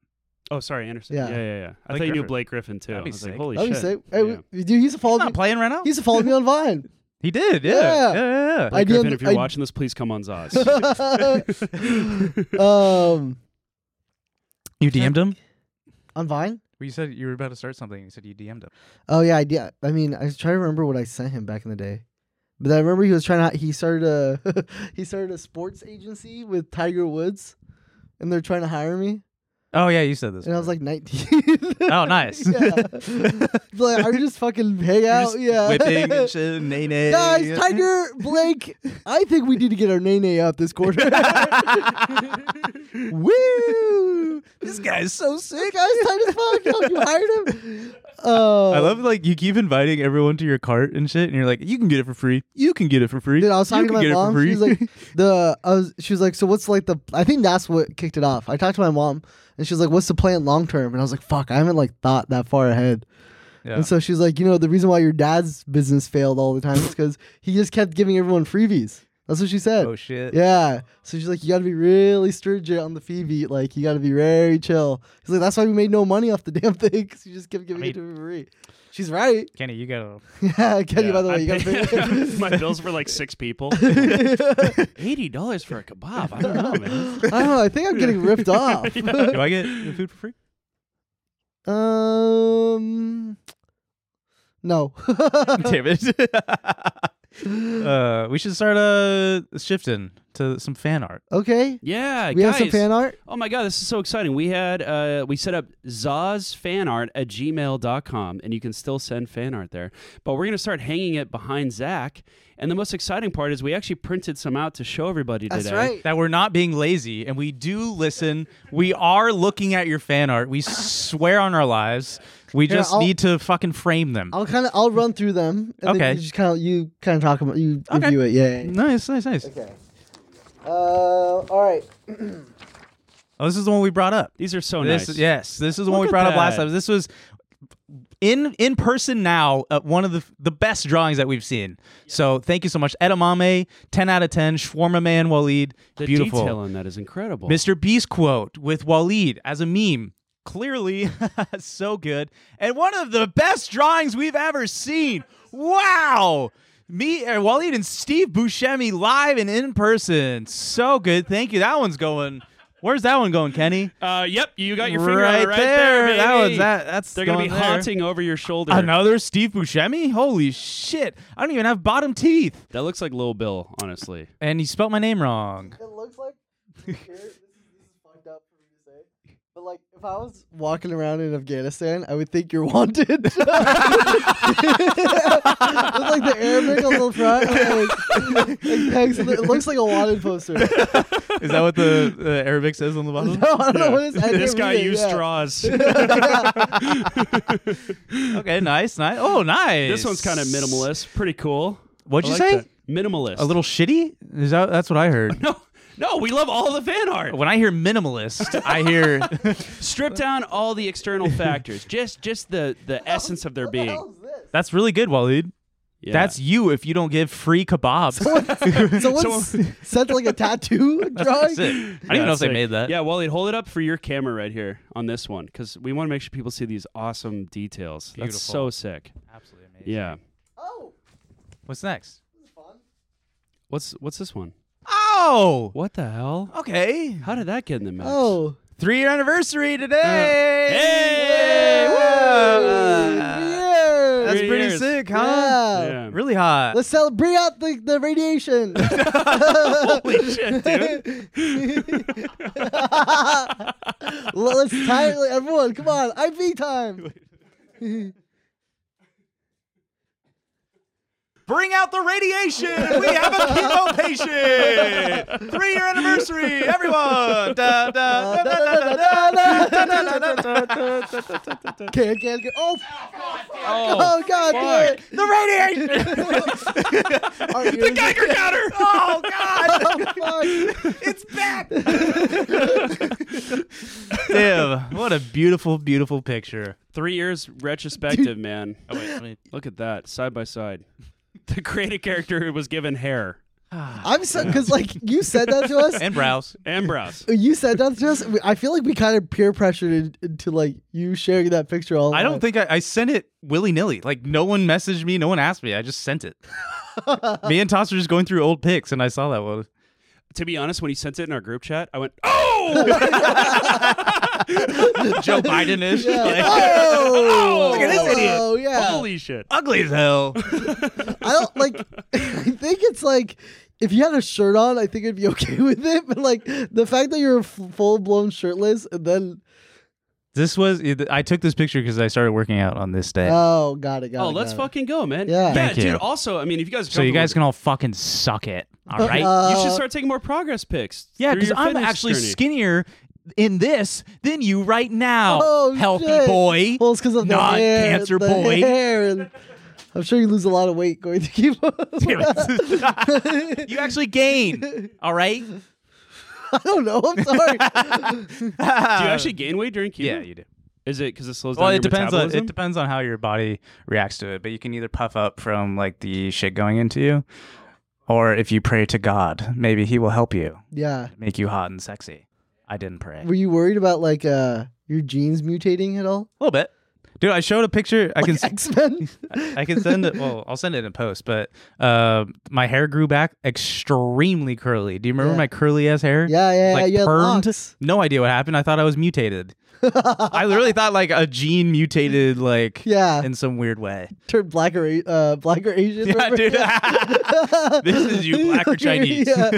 S4: Oh, sorry, Anderson.
S1: Yeah.
S4: Yeah, yeah, yeah. I
S3: Blake
S4: thought you knew
S3: Griffin.
S4: Blake Griffin too.
S3: That'd
S4: I
S3: be
S4: was like,
S3: sick.
S4: holy
S1: That'd be
S4: shit.
S1: sick. Oh, Hey,
S4: Yeah.
S1: we- Dude, he's followed
S3: Not
S1: me.
S3: playing right now.
S1: He's followed me on Vine.
S3: he did. Yeah.
S1: Yeah.
S3: Yeah. Yeah. yeah.
S1: I
S4: Blake Griffin,
S1: DM'd-
S4: if you're
S1: I-
S4: watching this, please come on Zaz.
S1: um,
S3: you DM'd him.
S1: on Vine.
S3: Well, you said you were about to start something. and You said you DM'd him.
S1: Oh yeah, I did. I mean, I was trying to remember what I sent him back in the day, but I remember he was trying to. He started a he started a sports agency with Tiger Woods, and they're trying to hire me,
S3: Oh yeah, you said this.
S1: and I was like nineteen.
S3: oh nice.
S1: yeah, like I just fucking hang out. yeah,
S3: Whipping and shit, nay nay.
S1: Guys, Tiger Blake, I think we need to get our nay nay up this quarter.
S3: Woo! This guy's so
S1: This
S3: sick.
S1: guy's tight as fuck. Yo, you hired him. Uh,
S3: I love like you keep inviting everyone to your cart and shit, and you're like, you can get it for free. You can get it for free.
S1: Dude, I was
S3: You
S1: talking to
S3: can
S1: my
S3: get it for
S1: mom. She
S3: free."
S1: was like, the I was. She was like, so what's like the? I think that's what kicked it off. I talked to my mom, and she was like, what's the plan long term? And I was like, fuck, I haven't like thought that far ahead.
S3: Yeah.
S1: And so she's like, you know, the reason why your dad's business failed all the time is because he just kept giving everyone freebies. That's what she said.
S3: oh shit.
S1: Yeah. So she's like, you got to be really stringent on the fee beat. Like, you got to be very chill. He's like, that's why we made no money off the damn thing because you just kept giving it to me for free. She's right.
S3: Kenny, you gotta.
S1: Yeah, Kenny.
S4: Yeah,
S1: by the way,
S4: I
S1: you got
S4: pay-
S1: to
S4: my bills for like six people. Eighty dollars for a kebab. I don't know, man.
S1: I don't know. I think I'm getting ripped off.
S3: Do I get the food for free?
S1: um, no.
S3: Damn it. uh, we should start uh shifting to some fan art.
S1: okay.
S4: Yeah,
S1: We have some
S4: guys.
S1: fan art.
S4: Oh my god, this is so exciting. We had uh, we set up zazfanart at gmail.com and you can still send fan art there. But we're gonna start hanging it behind Zach. And the most exciting part is we actually printed some out to show everybody today.
S1: That's right.
S3: That we're not being lazy and we do listen. We are looking at your fan art. We swear on our lives. We
S1: Here,
S3: just
S1: I'll-
S3: need to fucking frame them.
S1: I'll kind of I'll run through them. And Then
S3: Okay.
S1: you just kind of you kind of talk about you
S3: Okay.
S1: review it. Yeah. yeah.
S3: Nice, nice, nice.
S1: Okay. Uh, all right.
S3: Oh, this is the one we brought up.
S4: These are so
S3: this,
S4: Oh, nice.
S3: Yes, this is the one
S4: Look
S3: we
S4: at
S3: brought up last
S4: that.
S3: time. This was in in person now. Uh, one of the the best drawings that we've seen. So thank you so much, Edamame. Ten out of ten. Shawarma man, Waleed.
S4: The
S3: Beautiful.
S4: detail on that is incredible.
S3: Mr. Beast quote with Waleed as a meme. Clearly, so good. And one of the best drawings we've ever seen. Wow. Me, uh, Waleed, and Steve Buscemi live and in person. So good. Thank you. That one's going Where's that one going, Kenny?
S4: Uh, yep, you got your finger on it right there. baby.
S3: that one's that. That's
S4: They're gonna
S3: going
S4: be
S3: there.
S4: haunting over your shoulder.
S3: Another Steve Buscemi? Holy shit! I don't even have bottom teeth,
S4: That looks like Lil Bill, honestly.
S3: and he spelt my name wrong.
S1: It looks like here, this, is, this is fucked up for me to say, but like if I was walking around in Afghanistan, I would think you're wanted. With like the Arabic on the front, and, like, like pegs, it looks like a wanted poster. No,
S3: Is that what the, the Arabic says on
S1: I
S3: the bottom?
S1: don't know what it is. I
S4: this
S1: can't
S4: guy
S1: read it,
S4: used
S1: yeah.
S4: straws.
S3: Okay, nice, nice. Oh, nice.
S4: This one's kind of minimalist. Pretty cool.
S3: What'd
S4: I
S3: you
S4: like
S3: say?
S4: that. Minimalist.
S3: A little shitty? Is that, that's what I heard.
S4: No, no. We love all the fan art.
S3: When I hear minimalist, I hear
S4: Strip down all the external factors. Just, just the the essence of their
S1: What the hell
S4: being.
S1: is this?
S3: that's really good, Waleed.
S4: Yeah.
S3: That's you if you don't give free kebabs.
S1: Someone s- sent like a tattoo drawing.
S3: That's it. I don't
S4: Yeah,
S3: even know if they
S4: sick.
S3: made that.
S4: Yeah, Wally, hold it up for your camera right here on this one because we want to make sure people see these awesome details.
S3: Beautiful.
S4: That's so sick.
S3: Absolutely amazing.
S4: Yeah.
S1: Oh,
S3: What's next?
S1: this is fun.
S4: What's what's this one?
S3: Oh!
S4: What the hell?
S3: Okay.
S4: How did that get in the mix?
S1: Oh,
S3: Three year anniversary today.
S4: Hey!
S3: Whoa!
S1: yeah.
S3: That's
S4: Three
S3: pretty
S4: years.
S3: sick, huh?
S1: yeah.
S4: Yeah.
S3: Really hot.
S1: Let's celebrate out the, the radiation.
S4: Holy shit, dude.
S1: Let's time everyone. Come on, IV time.
S3: Bring out the radiation. We have a chemo patient. Three year anniversary, everyone. Da, da,
S1: Uh,
S3: da, da, da, da, da, da, da, da, da, da.
S1: Can can can. Oh,
S4: Oh,
S1: oh God, damn it.
S3: The radiation.
S1: Our ears-
S3: Geiger counter. Oh God,
S1: Oh, fuck.
S3: it's back. Damn, what a beautiful, beautiful picture.
S4: three years retrospective, man.
S3: Oh wait, let me.
S4: Look at that, side by side. The creative character who was given hair
S1: I'm so because like you said that to us.
S3: And brows.
S4: and brows.
S1: You said that to us. we- I feel like we kind of peer pressured in- into like you sharing that picture. All
S3: I don't think I, I sent it willy nilly. Like no one messaged me, no one asked me. I just sent it. me and Toss were just going through old pics, and I saw that one.
S4: To be honest, when he sent it in our group chat, I went, "Oh,
S3: Joe Biden ish.
S1: Yeah.
S4: Oh,
S1: Oh,
S4: look at this idiot.
S1: Oh yeah.
S4: holy shit!"
S3: Ugly as hell.
S1: I don't like. I think it's like if you had a shirt on, I think it'd be okay with it. But like the fact that you're full blown shirtless and then
S3: This was. I took this picture because I started working out on this day.
S1: oh, got it, got it.
S4: Oh, let's
S1: got it.
S4: fucking go, man.
S1: Yeah.
S3: Thank
S4: dude.
S3: you.
S4: Also, I mean, if you guys, are
S3: so you guys can
S4: comfortable
S3: all fucking suck it. All right.
S1: Uh,
S4: with it, you
S1: Uh,
S4: should start taking more progress pics.
S3: yeah,
S4: through
S3: because
S4: your
S3: I'm
S4: fitness
S3: actually
S4: journey.
S3: skinnier in this than you right now.
S1: Oh,
S3: healthy
S1: shit. Oh.
S3: boy.
S1: Well, it's because of the
S3: not
S1: hair,
S3: cancer
S1: the
S3: boy.
S1: hair, and I'm sure you lose a lot of weight going to chemo.
S3: you actually gain. All right.
S1: I don't know. I'm sorry.
S4: Do you actually gain weight during keto?
S3: Yeah, you do.
S4: Is it because it slows
S3: Well, it
S4: down your
S3: depends on
S4: metabolism?
S3: it depends on how your body reacts to it, but you can either puff up from like the shit going into you, or if you pray to God, maybe He will help you
S1: yeah.
S3: make you hot and sexy. I didn't pray.
S1: Were you worried about like uh your genes mutating at all?
S3: A little bit. Dude, I showed a picture. I can s-
S1: X Men.
S3: I can send it. Well, I'll send it in post. But uh, my hair grew back extremely curly. Do you remember
S1: Yeah.
S3: my curly ass hair?
S1: Yeah, yeah,
S3: like
S1: yeah, you had
S3: permed.
S1: locks.
S3: No idea what happened. I thought I was mutated. I literally thought like a gene mutated, like
S1: Yeah.
S3: in some weird way.
S1: Turned black or A- uh, black or Asian.
S3: Yeah,
S1: remember?
S3: dude. this is you, black or Chinese.
S1: Yeah.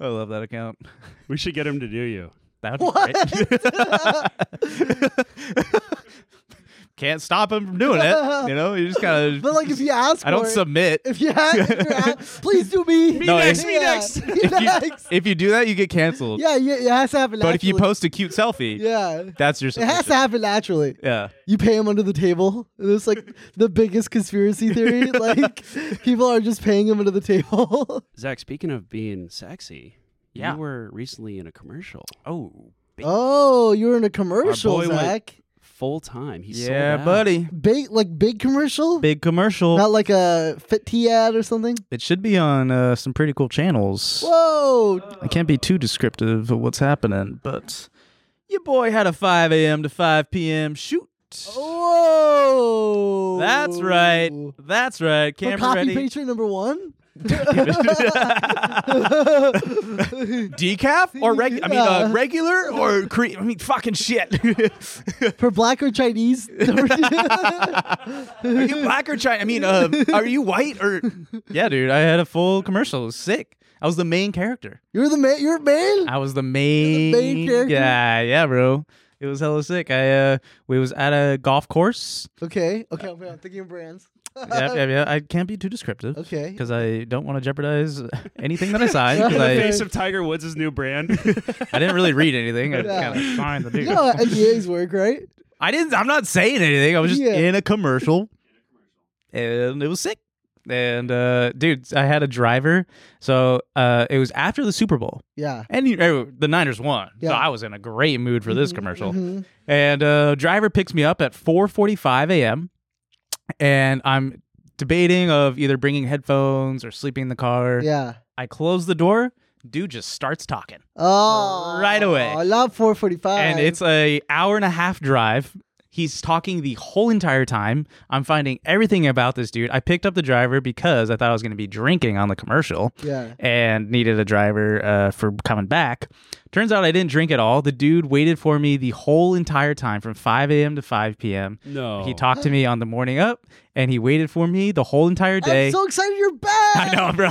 S3: I love that account.
S4: we should get him to do you.
S3: That would be great. Can't stop him from doing it. You know, you just kind
S1: But
S3: of.
S1: like, if you ask,
S3: I don't
S1: for it-
S3: submit.
S1: If you ask, if you're at- please do me.
S3: No, next, if- me
S4: next.
S1: Me
S3: If you,
S1: next.
S3: if you do that, you get canceled.
S1: Yeah, yeah, it has to happen.
S3: But if you
S1: naturally.
S3: post a cute selfie,
S1: yeah,
S3: that's your
S1: it has to
S3: submission.
S1: happen naturally.
S3: Yeah.
S1: You pay him under the table. It's like the biggest conspiracy theory. Like people are just paying him under the table.
S4: Zach, speaking of being sexy,
S3: Yeah.
S4: you were recently in a commercial
S3: Oh.
S1: oh, you were in a commercial,
S4: boy went-
S1: Zach.
S4: full time. He sold
S3: Yeah,
S4: out.
S3: buddy.
S1: Big, like big commercial.
S3: Big commercial.
S1: Not like a fit tea ad or something.
S3: it should be on uh, some pretty cool channels.
S1: Whoa,
S3: I can't be too descriptive of what's happening, but your boy had a 5 a.m. to 5 p.m. shoot.
S1: whoa.
S3: That's right. That's right.
S1: For
S3: Camera
S1: copy
S3: ready.
S1: picture number one.
S3: Decaf or reg? I mean, uh,
S1: Yeah.
S3: regular or cre- I mean, fucking shit.
S1: For black or Chinese?
S3: Are you black or Chinese? I mean, uh, are you white or? Yeah, dude, I had a full commercial. It was sick. I was the main character.
S1: you're the man. You're a man.
S3: I was the main,
S1: character?
S3: guy. Yeah, bro. It was hella sick. I uh, we was at a golf course.
S1: Okay. Okay. I'm, I'm thinking of brands.
S3: yeah, yeah, yeah. I can't be too descriptive.
S1: Okay.
S3: Because I don't want to jeopardize anything that I signed.
S1: In
S3: Because
S1: the
S3: I,
S4: Face of Tiger Woods' new brand.
S3: I didn't really read anything. I
S1: Yeah.
S3: kind of signed the
S1: You
S3: dude.
S1: know how NDAs work, right?
S3: I didn't. I'm not saying anything. I was just
S1: Yeah.
S3: in a commercial, and it was sick. And uh, dude, I had a driver, so uh, it was after the Super Bowl,
S1: Yeah.
S3: and you, er, the Niners won. So
S1: Yeah. Mm-hmm,
S3: I was in a great mood for this commercial. And uh, driver picks me up at 4:45 a.m. and I'm debating of either bringing headphones or sleeping in the car.
S1: Yeah.
S3: I close the door. Dude just starts talking,
S1: Oh.
S3: Right away.
S1: I love 445.
S3: and it's a hour and a half drive. He's talking the whole entire time. I'm finding everything about this dude. I picked up the driver because I thought I was going to be drinking on the commercial.
S1: Yeah.
S3: and needed a driver uh, for coming back. Turns out I didn't drink at all. The dude waited for me the whole entire time from 5 a.m. to 5 p.m.
S4: No.
S3: He talked to me on the morning up and he waited for me the whole entire day.
S1: I'm so excited you're back.
S3: I know, bro.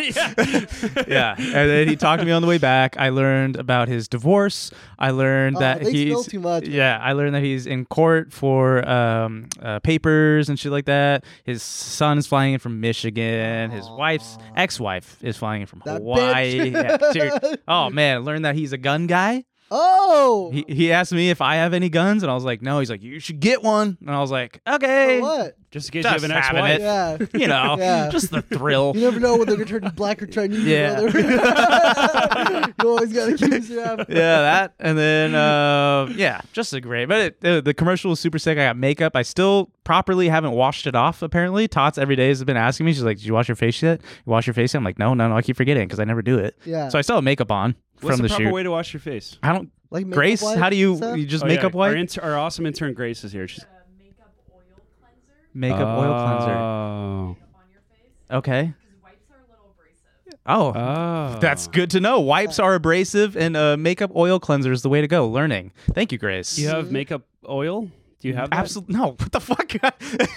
S3: yeah. And then he talked to me on the way back. I learned about his divorce. I learned
S1: Oh,
S3: that
S1: they spill
S3: he's
S1: too much, man.
S3: Yeah, I learned that he's in court for um, uh, papers and shit like that. His son is flying in from Michigan. His wife's ex-wife is flying in from
S1: That
S3: Hawaii.
S1: bitch.
S3: Yeah, dude. Oh man, learned that he's a gun guy.
S1: Oh.
S3: He, he asked me if I have any guns, and I was like, no. He's like, you should get one, and I was like, okay.
S1: For what?
S4: Just in case
S3: Just
S4: you have an ex
S3: having
S4: wife.
S3: it.
S1: Yeah.
S3: You know,
S1: Yeah.
S3: just the thrill.
S1: You never know when they're gonna turn black or Chinese.
S3: Yeah.
S1: brother. you always gotta keep yourself.
S3: yeah, that, and then uh, yeah, just a great. But it, uh, the commercial was super sick. I got makeup. I still properly haven't washed it off. Apparently, Tots every day has been asking me. She's like, "Did you wash your face yet? You wash your face?" yet?" I'm like, "No, no, no. I keep forgetting because I never do it."
S1: Yeah.
S3: So I still have makeup on
S4: What's
S3: from
S4: the,
S3: the,
S4: proper
S3: shoot.
S4: way to wash your face?
S3: I don't.
S1: Like makeup
S3: Grace,
S1: wipe
S3: how do you?
S1: stuff?
S3: You just
S4: Oh, yeah,
S3: makeup
S4: Our,
S3: wipe,
S4: inter- our awesome intern Grace is here. She's
S5: makeup oil cleanser
S3: makeup oil
S4: Uh,
S3: cleanser.
S4: Oh.
S5: on your face
S3: Okay.
S5: because wipes are a little abrasive.
S3: Oh.
S4: Oh.
S3: that's good to know. Wipes are abrasive, and uh, makeup oil cleanser is the way to go. Learning. Thank you, Grace.
S4: You have makeup oil? Do you have that?
S3: Absolutely. No. What the fuck?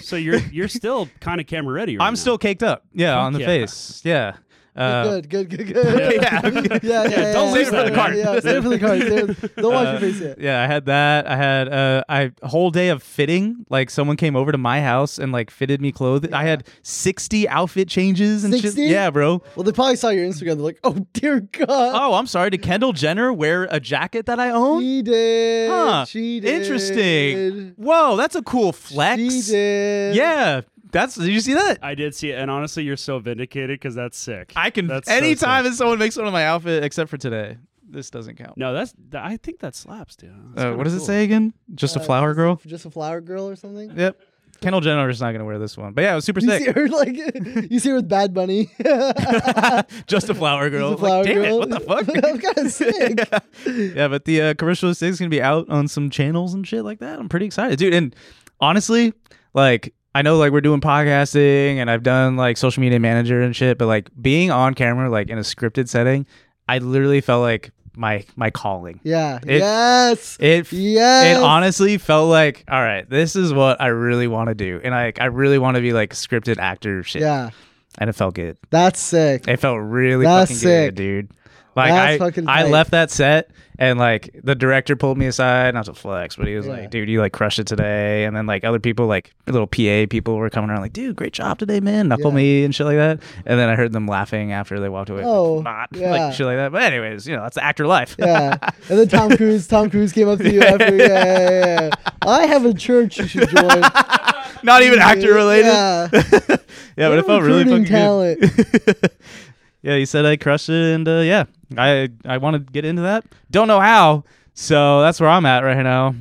S4: So you're you're still kind of camera ready. Right
S3: I'm
S4: now.
S3: still caked up. Yeah, on the
S4: yeah.
S3: face. Yeah. Uh,
S1: Good, good, good, good.
S3: yeah.
S1: Yeah, yeah, yeah.
S3: don't
S1: yeah,
S3: save it for the
S1: yeah,
S3: card. Uh,
S1: Yeah, save it for the card. Save it. Don't wash your face yet.
S3: yeah, I had that. I had uh, I whole day of fitting. Like someone came over to my house and like fitted me clothes. I had 60 outfit changes and shit.
S1: 60?
S3: Yeah, bro.
S1: Well, they probably saw your Instagram. They're like, "Oh dear God,
S3: Oh, I'm sorry. Did Kendall Jenner wear a jacket that I own?
S1: she did.
S3: Oh, Huh.
S1: She did.
S3: Interesting. Whoa, that's a cool flex.
S1: She did.
S3: Yeah, that's. Did you see that?
S4: I did see it, and honestly, you're so vindicated because that's sick.
S3: I can
S4: That's so
S3: anytime
S4: sick.
S3: that someone makes fun of my outfit, except for today. This doesn't count.
S4: no, that's th- I think that slaps, dude. That's
S3: Uh,
S4: kinda
S3: what does it
S4: cool. Uh,
S3: say again? Just a flower girl.
S1: Just a flower girl or something.
S3: Yep. Kendall Jenner is not gonna wear this one, but yeah, it was super
S1: You see
S3: sick.
S1: her like you see her with Bad Bunny.
S3: Just a flower girl.
S1: Just a flower
S3: like, damn
S1: girl.
S3: it! What
S1: I'm
S3: the
S1: kind of sick.
S3: fuck? yeah, but the uh, commercial is gonna be out on some channels and shit like that. I'm pretty excited, dude. And honestly, like I know like we're doing podcasting and I've done like social media manager and shit, but like being on camera like in a scripted setting, I literally felt like my my calling.
S1: Yeah.
S3: It-
S1: yes.
S3: It
S1: yes.
S3: It honestly felt like, all right, this is what I really want to do, and I I really want to be like scripted actor shit.
S1: Yeah.
S3: and it felt good.
S1: That's sick.
S3: It felt really
S1: That's
S3: fucking
S1: sick.
S3: good, dude. Like
S1: That's
S3: I,
S1: fucking
S3: I
S1: tight.
S3: left that set and like the director pulled me aside, not to flex, but he was
S1: Yeah.
S3: like, "Dude, you like crushed it today." And then like other people, like little PA people, were coming around, like, "Dude, great job today, man, knuckle
S1: Yeah.
S3: me and shit like that." And then I heard them laughing after they walked away,
S1: Oh,
S3: like, not
S1: yeah.
S3: like shit like that. But anyways, you know, that's the actor life.
S1: Yeah. And then Tom Cruise. Tom Cruise came up to you after. Yeah, yeah, yeah. I have a church you should join.
S3: not even actor related.
S1: Yeah.
S3: yeah, but
S1: We're
S3: it felt really fucking
S1: recruiting
S3: good. yeah, he said I crushed it, and uh, yeah, I I want to get into that. Don't know how, so that's where I'm at right now.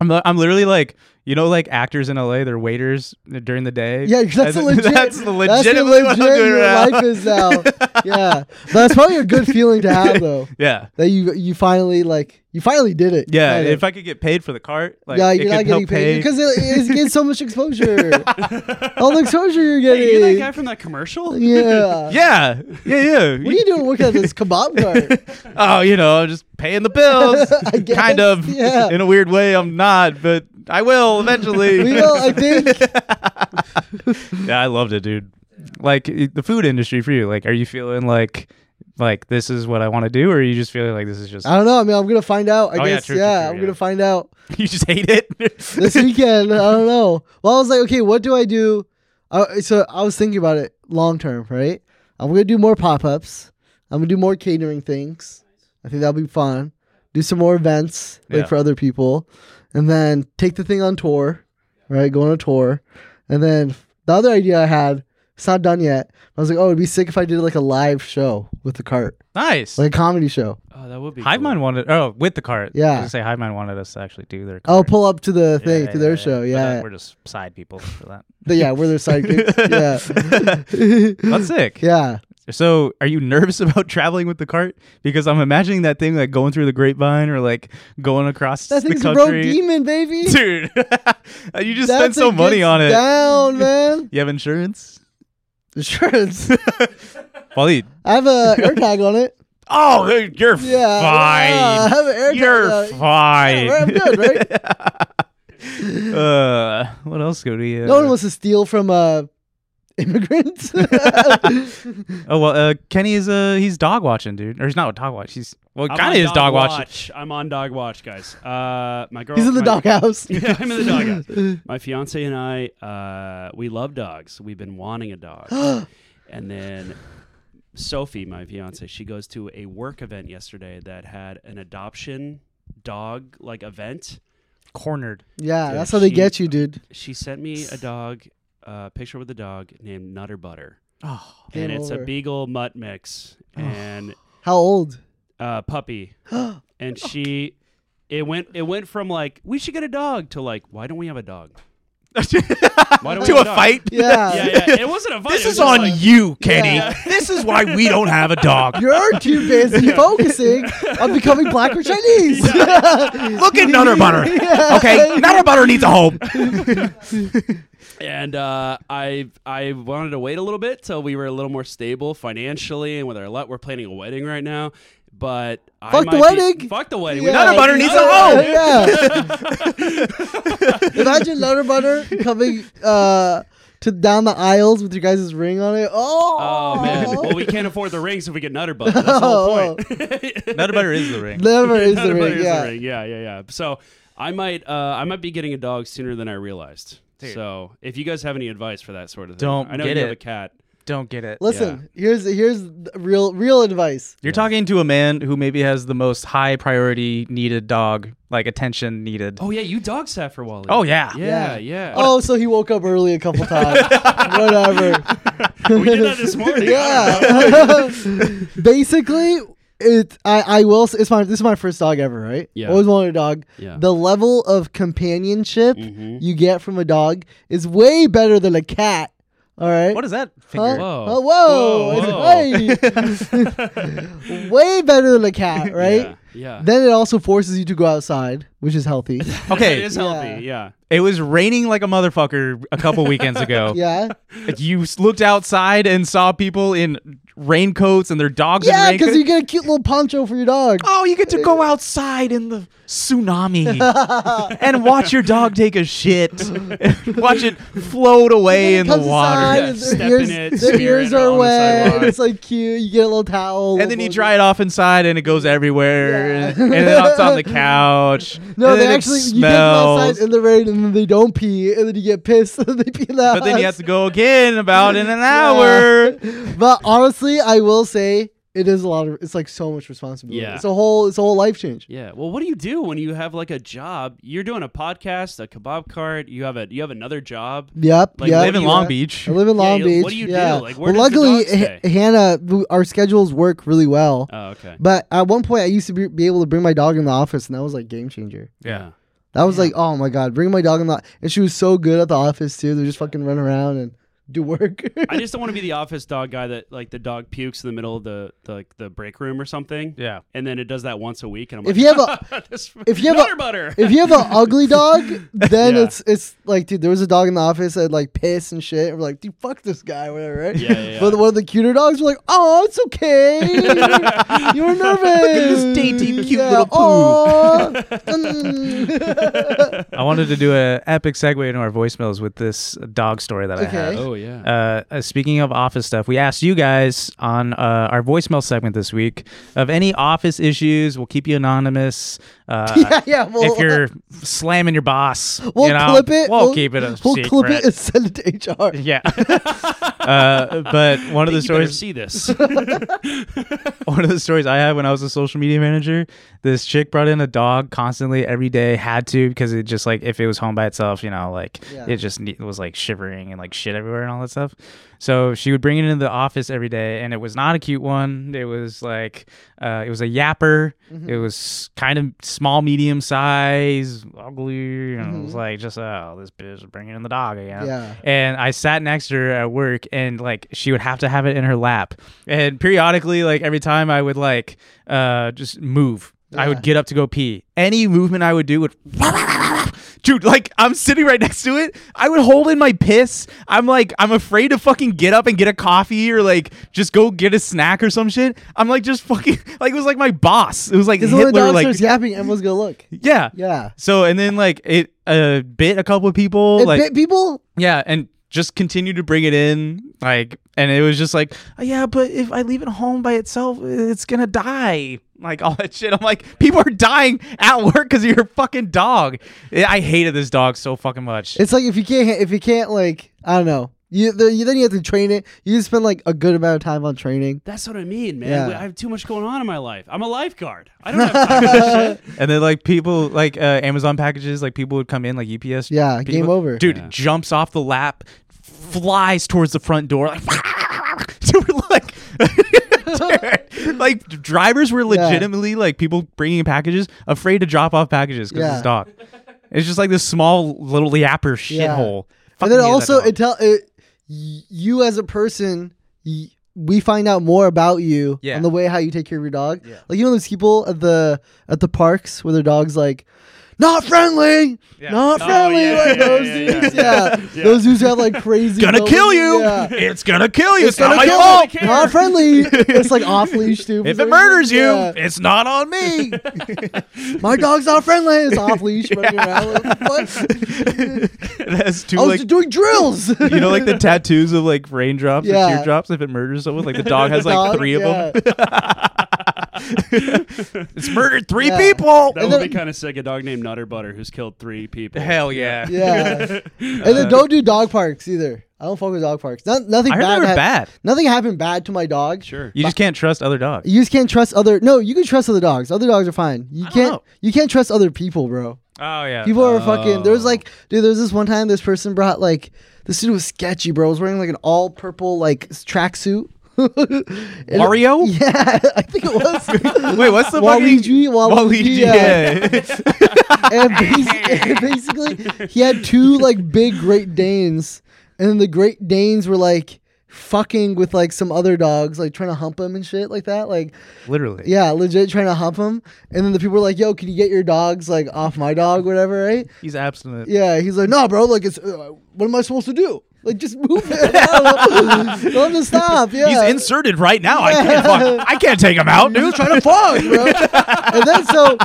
S3: I'm li- I'm literally like You know, like actors in LA, they're waiters during the day.
S1: Yeah, 'cause that's
S3: And
S1: a legit.
S3: That's
S1: your
S3: legitimately what I'm
S1: legit
S3: doing
S1: your
S3: right now.
S1: life is now. yeah, but that's probably a good feeling to have though.
S3: yeah,
S1: That you you finally like you finally did it.
S3: yeah.
S1: Kind of.
S3: If I could get paid for the cart, like
S1: yeah,
S3: it
S1: you're
S3: could
S1: not getting
S3: help
S1: paid
S3: pay.
S1: because it, it's getting so much exposure. All the exposure you're getting.
S4: Hey, you that guy from that commercial?
S1: yeah.
S3: yeah, yeah, yeah.
S1: What are you doing working at this kebab cart?
S3: Oh, you know, just paying the bills.
S1: I guess,
S3: kind of.
S1: yeah.
S3: In a weird way, I'm not, but I will eventually.
S1: We will, I think.
S3: yeah, I loved it, dude. Like i- the food industry for you. Like, are you feeling like, like this is what I want to do, or are you just feeling like this is just
S1: I don't know. I mean, I'm gonna find out. I
S3: Oh, yeah,
S1: guess. Yeah,
S3: true, true, true,
S1: I'm
S3: yeah.
S1: gonna find out
S3: you just hate it?
S1: this weekend. I don't know. Well, I was like, okay, what do I do? Uh, so I was thinking about it long term, right? I'm gonna do more pop ups. I'm gonna do more catering things. I think that'll be fun. Do some more events like
S3: Yeah.
S1: for other people, and then take the thing on tour, right? Go on a tour, and then the other idea I had. It's not done yet. I was like, oh, it'd be sick if I did like a live show with the cart,
S3: nice.
S1: like a comedy show.
S4: Oh, that would be.
S3: Hive
S4: cool.
S3: Mind wanted. Oh, with the cart. I was
S1: Yeah.
S3: gonna say Hive Mind wanted us to actually do their.
S1: I'll
S3: cart.
S1: pull up to the
S3: Yeah,
S1: thing
S3: yeah,
S1: to their
S3: yeah,
S1: show.
S3: But
S1: Yeah,
S3: that- we're just side people for that.
S1: The- yeah, we're their sidekicks. Yeah,
S3: That's sick.
S1: yeah.
S3: So, are you nervous about traveling with the cart? Because I'm imagining that thing like going through the grapevine or like going across
S1: That
S3: the
S1: thing's a road
S3: country.
S1: demon, baby.
S3: Dude, you just
S1: That
S3: spent so
S1: thing
S3: money
S1: gets
S3: on it.
S1: Down, man.
S3: You have insurance?
S1: Insurance.
S3: Paulie.
S1: I have a air tag on it.
S3: Oh, dude, you're
S1: Yeah, yeah, I
S3: fine.
S1: have an air tag
S3: you're
S1: on it.
S3: fine.
S1: Yeah, right, I'm good,
S3: uh, what else could we? Uh,
S1: No one wants to steal from uh, immigrants.
S3: Oh well, uh, Kenny is uh he's dog watching, dude. Or he's not dog watch. He's well,
S4: I'm
S3: kind
S4: on
S3: of is dog watching.
S4: I'm on dog watch, guys. Uh, my girl.
S1: He's in the
S4: my-
S1: doghouse.
S4: Yeah, I'm in the doghouse. My fiance and I, uh, we love dogs. We've been wanting a dog, and then Sophie, my fiance, she goes to a work event yesterday that had an adoption dog like event.
S3: Cornered.
S1: Yeah,
S4: Dude,
S1: that's how they
S4: she-
S1: get you, dude.
S4: She sent me a dog, a picture with a dog named Nutter Butter,
S3: Oh,
S1: Game
S4: and it's
S1: over.
S4: a beagle mutt mix
S1: Oh.
S4: and
S1: How old?
S4: uh, puppy, and she. It went. It went from like we should get a dog to like why don't we have a dog? Why don't we
S3: to
S4: have
S3: a
S4: dog?
S3: fight.
S1: Yeah.
S4: yeah, yeah. It wasn't a fight.
S3: This
S4: it was
S3: is
S4: just
S3: on
S4: like-
S3: you, Kenny.
S1: Yeah.
S3: This is why we don't have a dog.
S1: You're too busy focusing on becoming black or Chinese.
S3: Look at Nutter Butter.
S1: Yeah.
S3: Okay, Nutter Butter needs a home.
S4: and uh, I I wanted to wait a little bit till we were a little more stable financially and with our luck, we're planning a wedding right now. But I
S1: Fuck the
S4: might be-
S1: wedding.
S4: fuck the wedding.
S1: Yeah.
S4: We
S3: Nutter Butter needs a home.
S1: Yeah. Imagine Nutter Butter coming uh, to down the aisles with your guys' ring on it. Oh,
S4: Oh man! Well, we can't afford the rings if we get Nutter Butter. That's the whole point.
S3: Nutter Butter is the ring.
S1: Nutter Butter is the
S4: Nutter Butter
S1: ring.
S4: is
S1: Yeah.
S4: the ring. yeah, yeah, yeah. So I might, uh, I might be getting a dog sooner than I realized. So if you guys have any advice for that sort of thing,
S3: Don't
S4: I know
S3: get
S4: you have
S3: it.
S4: a cat.
S3: Don't get it.
S1: Listen, here's here's the real real advice.
S3: You're talking to a man who maybe has the most high priority needed dog, like attention needed.
S4: Oh yeah, you dog sat for Wally.
S3: Oh, yeah.
S4: yeah, yeah.
S1: Oh, so he woke up early a couple times. Whatever.
S4: we did that this morning.
S1: Yeah. Basically, it. I I will. s- It's my this is my first dog ever, right?
S4: Yeah.
S1: Always wanted a dog.
S4: Yeah.
S1: The level of companionship you get from a dog is way better than a cat. All right.
S3: What is that
S1: Huh?
S3: figure?
S4: Whoa.
S1: Oh, whoa.
S4: Whoa,
S1: It's way, way better than a cat, right?
S4: Yeah.
S1: Then it also forces you to go outside, which is healthy.
S3: Okay,
S4: it is healthy. Yeah.
S3: It was raining like a motherfucker a couple weekends ago.
S1: yeah.
S3: You s- looked outside and saw people in raincoats and their dogs
S1: Yeah,
S3: in raincoats.
S1: because you get a cute little poncho for your dog.
S3: oh, you get to go outside in the tsunami and watch your dog take a shit. watch it float away in the
S1: Comes
S3: water.
S1: inside
S4: Yeah,
S1: and
S4: step
S1: their ears,
S4: in it,
S1: their
S4: smear
S1: ears
S4: it
S1: are
S4: on the
S1: wet.
S4: sidewalk.
S1: It's like cute. You get a little towel.
S3: And then you
S1: blah,
S3: dry it off inside and it goes everywhere.
S1: Yeah.
S3: And then it's on the couch.
S1: blah. No,
S3: and
S1: they
S3: then it
S1: actually you take them
S3: smells.
S1: outside in the rain, and then they don't pee, and then you get pissed, and they pee in the
S3: but then you have
S1: house.
S3: to go again about in an hour.
S1: But honestly, I will say it is a lot of. It's like so much responsibility.
S4: Yeah.
S1: It's a whole. It's a whole life change.
S4: Yeah. Well, what do you do when you have like a job? You're doing a podcast, a kebab cart. You have a you have another job.
S1: Yep.
S4: Like,
S1: yep.
S3: I live in
S4: you-
S3: Long Beach.
S1: I live in
S4: Yeah,
S1: Long
S4: you-
S1: Beach.
S4: what do you do?
S1: yeah.
S4: Like, where
S1: well,
S4: does the
S1: luckily,
S4: dog stay?
S1: H- Hannah, w- our schedules work really well.
S4: Oh, okay.
S1: But at one point, I used to be, be able to bring my dog in the office, and that was like game changer.
S3: Yeah.
S1: That was like, oh my god, bring my dog in the. And she was so good at the office too. They just fucking run around and do work.
S4: I just don't want to be the office dog guy that like the dog pukes in the middle of the, the like the break room or something.
S3: Yeah.
S4: and then it does that once a week, and I'm
S1: If
S4: like,
S1: you have
S4: this
S1: if you have
S4: nutter
S1: a-
S4: butter.
S1: if you have an ugly dog, then
S4: Yeah.
S1: it's it's like, dude, there was a dog in the office that like piss and shit. And we're like, dude, fuck this guy, whatever, right?
S4: Yeah, yeah, yeah.
S1: But one of the cuter dogs were like, oh, it's okay. you were nervous.
S6: this dainty, cute
S1: yeah.
S6: little poo.
S1: aw. Mm.
S3: I wanted to do an epic segue into our voicemails with this dog story that I
S1: Okay.
S3: have.
S1: Oh,
S4: yeah,
S3: uh, uh, speaking of office stuff, we asked you guys on uh, our voicemail segment this week of any office issues. We'll keep you anonymous. Uh,
S1: yeah, yeah. We'll, uh,
S3: if you're slamming your boss,
S1: we'll
S3: you know,
S1: clip it.
S3: We'll, keep it. A
S1: We'll clip
S3: secret.
S1: it and send it to HR.
S3: Yeah. uh, but one of the
S4: you better
S3: stories,
S4: see this.
S3: one of the stories I had when I was a social media manager, this chick brought in a dog constantly every day, had to because it just like if it was home by itself, you know, like
S1: Yeah.
S3: it just ne- was like shivering and like shit everywhere and all that stuff. So she would bring it into the office every day, and it was not a cute one. It was like uh, it was a yapper.
S1: Mm-hmm.
S3: It was kind of small, medium size, ugly, and it was like just oh, this bitch is bringing in the dog again.
S1: Mm-hmm. Yeah.
S3: And I sat next to her at work, and like she would have to have it in her lap. And periodically, like every time I would like uh just move, I
S1: Yeah.
S3: would get up to go pee. Any movement I would do would. Dude, like I'm sitting right next to it. I would hold in my piss. I'm like, I'm afraid to fucking get up and get a coffee or like just go get a snack or some shit. I'm like, just fucking like it was like my boss. It was like
S1: Because when the
S3: Hitler,
S1: dog
S3: like
S1: starts yapping, Emma's gonna look.
S3: yeah.
S1: Yeah.
S3: So and then like it uh bit a couple of people.
S1: It
S3: like
S1: bit people.
S3: yeah, and just continue to bring it in, like, and it was just like, "Oh, yeah, but if I leave it home by itself, it's gonna die, like all that shit. I'm like, people are dying at work because of your fucking dog. I I hated this dog so fucking much.
S1: It's like if you can't if you can't like I don't know. You, the, you then you have to train it. You spend like a good amount of time on training.
S4: That's what I mean, man.
S1: Yeah.
S4: I have too much going on in my life. I'm a lifeguard. I don't have time for this shit.
S3: and then like people, like uh, Amazon packages, like people would come in, like UPS.
S1: Yeah,
S3: people-
S1: game over.
S3: Dude jumps off the lap, flies towards the front door, like, dude, like, dude, like drivers were
S1: Yeah.
S3: legitimately like people bringing packages, afraid to drop off packages because
S1: Yeah.
S3: it's dog. It's just like this small little yapper
S1: Yeah.
S3: shithole.
S1: and
S3: Fucking hated
S1: then
S3: that
S1: also
S3: dog.
S1: it tell it, y- you as a person. Y- we find out more about you
S3: Yeah.
S1: on the way how you take care of your dog. Like you know those people at the at the parks where their dogs like. Not friendly, not
S4: Oh,
S1: friendly.
S4: yeah,
S1: like
S4: yeah,
S1: those
S4: yeah, yeah,
S1: dudes,
S4: yeah.
S1: yeah. Those dudes have like crazy.
S3: gonna kill you.
S1: Yeah.
S3: It's gonna kill you. It's,
S1: Gonna
S3: not my
S1: kill
S3: fault.
S1: you. Not friendly. It's like off leash too.
S3: If it murders you,
S1: Yeah.
S3: it's not on me.
S1: My dog's not friendly. It's off leash running around. What the fuck?
S3: That's too
S1: I was
S3: like
S1: Oh, just doing drills.
S3: you know, like the tattoos of like raindrops
S1: Yeah.
S3: or teardrops. If it murders someone, like the dog has like
S1: Dog,
S3: three of
S1: yeah.
S3: them. it's murdered three
S1: Yeah.
S3: people.
S4: That
S1: And
S4: would
S1: then-
S4: be kind of sick. A dog named Nutter Butter who's killed three people.
S3: Hell yeah.
S1: Yeah. And then don't do dog parks either. I don't fuck with dog parks. Not, nothing
S3: Uh, I heard
S1: bad,
S3: they were
S1: hap-
S3: bad.
S1: Nothing happened bad to my dog. Sure.
S3: You just can't trust other dogs.
S1: You just can't trust other. No, you can trust other dogs. Other dogs are fine. You
S3: don't
S1: can't.
S3: know.
S1: You can't trust other people, bro.
S3: Oh yeah.
S1: People are fucking. There was like, dude, there was this one time this person brought like, this dude was sketchy, bro. was wearing like an all purple like s- tracksuit. And-
S3: Wario?
S1: Yeah, I think it was.
S3: Wait, what's the
S1: Waluigi,
S3: fucking
S1: Waluigi,
S3: Waluigi, yeah.
S1: and, basi- and basically, he had two like big Great Danes, and then the Great Danes were like fucking with like some other dogs, like trying to hump him and shit like that. Like,
S3: Literally.
S1: yeah, legit trying to hump him. And then the people were like, "Yo, can you get your dogs like off my dog, whatever?" Right?
S3: He's abstinent.
S1: Yeah, he's like, "No, bro. Like, it's uh, what am I supposed to do? Like, just move it. Tell him to stop." Yeah,
S3: He's inserted right now. I can't. Fuck, I can't take him out, dude.
S1: trying to fuck, bro. and then so,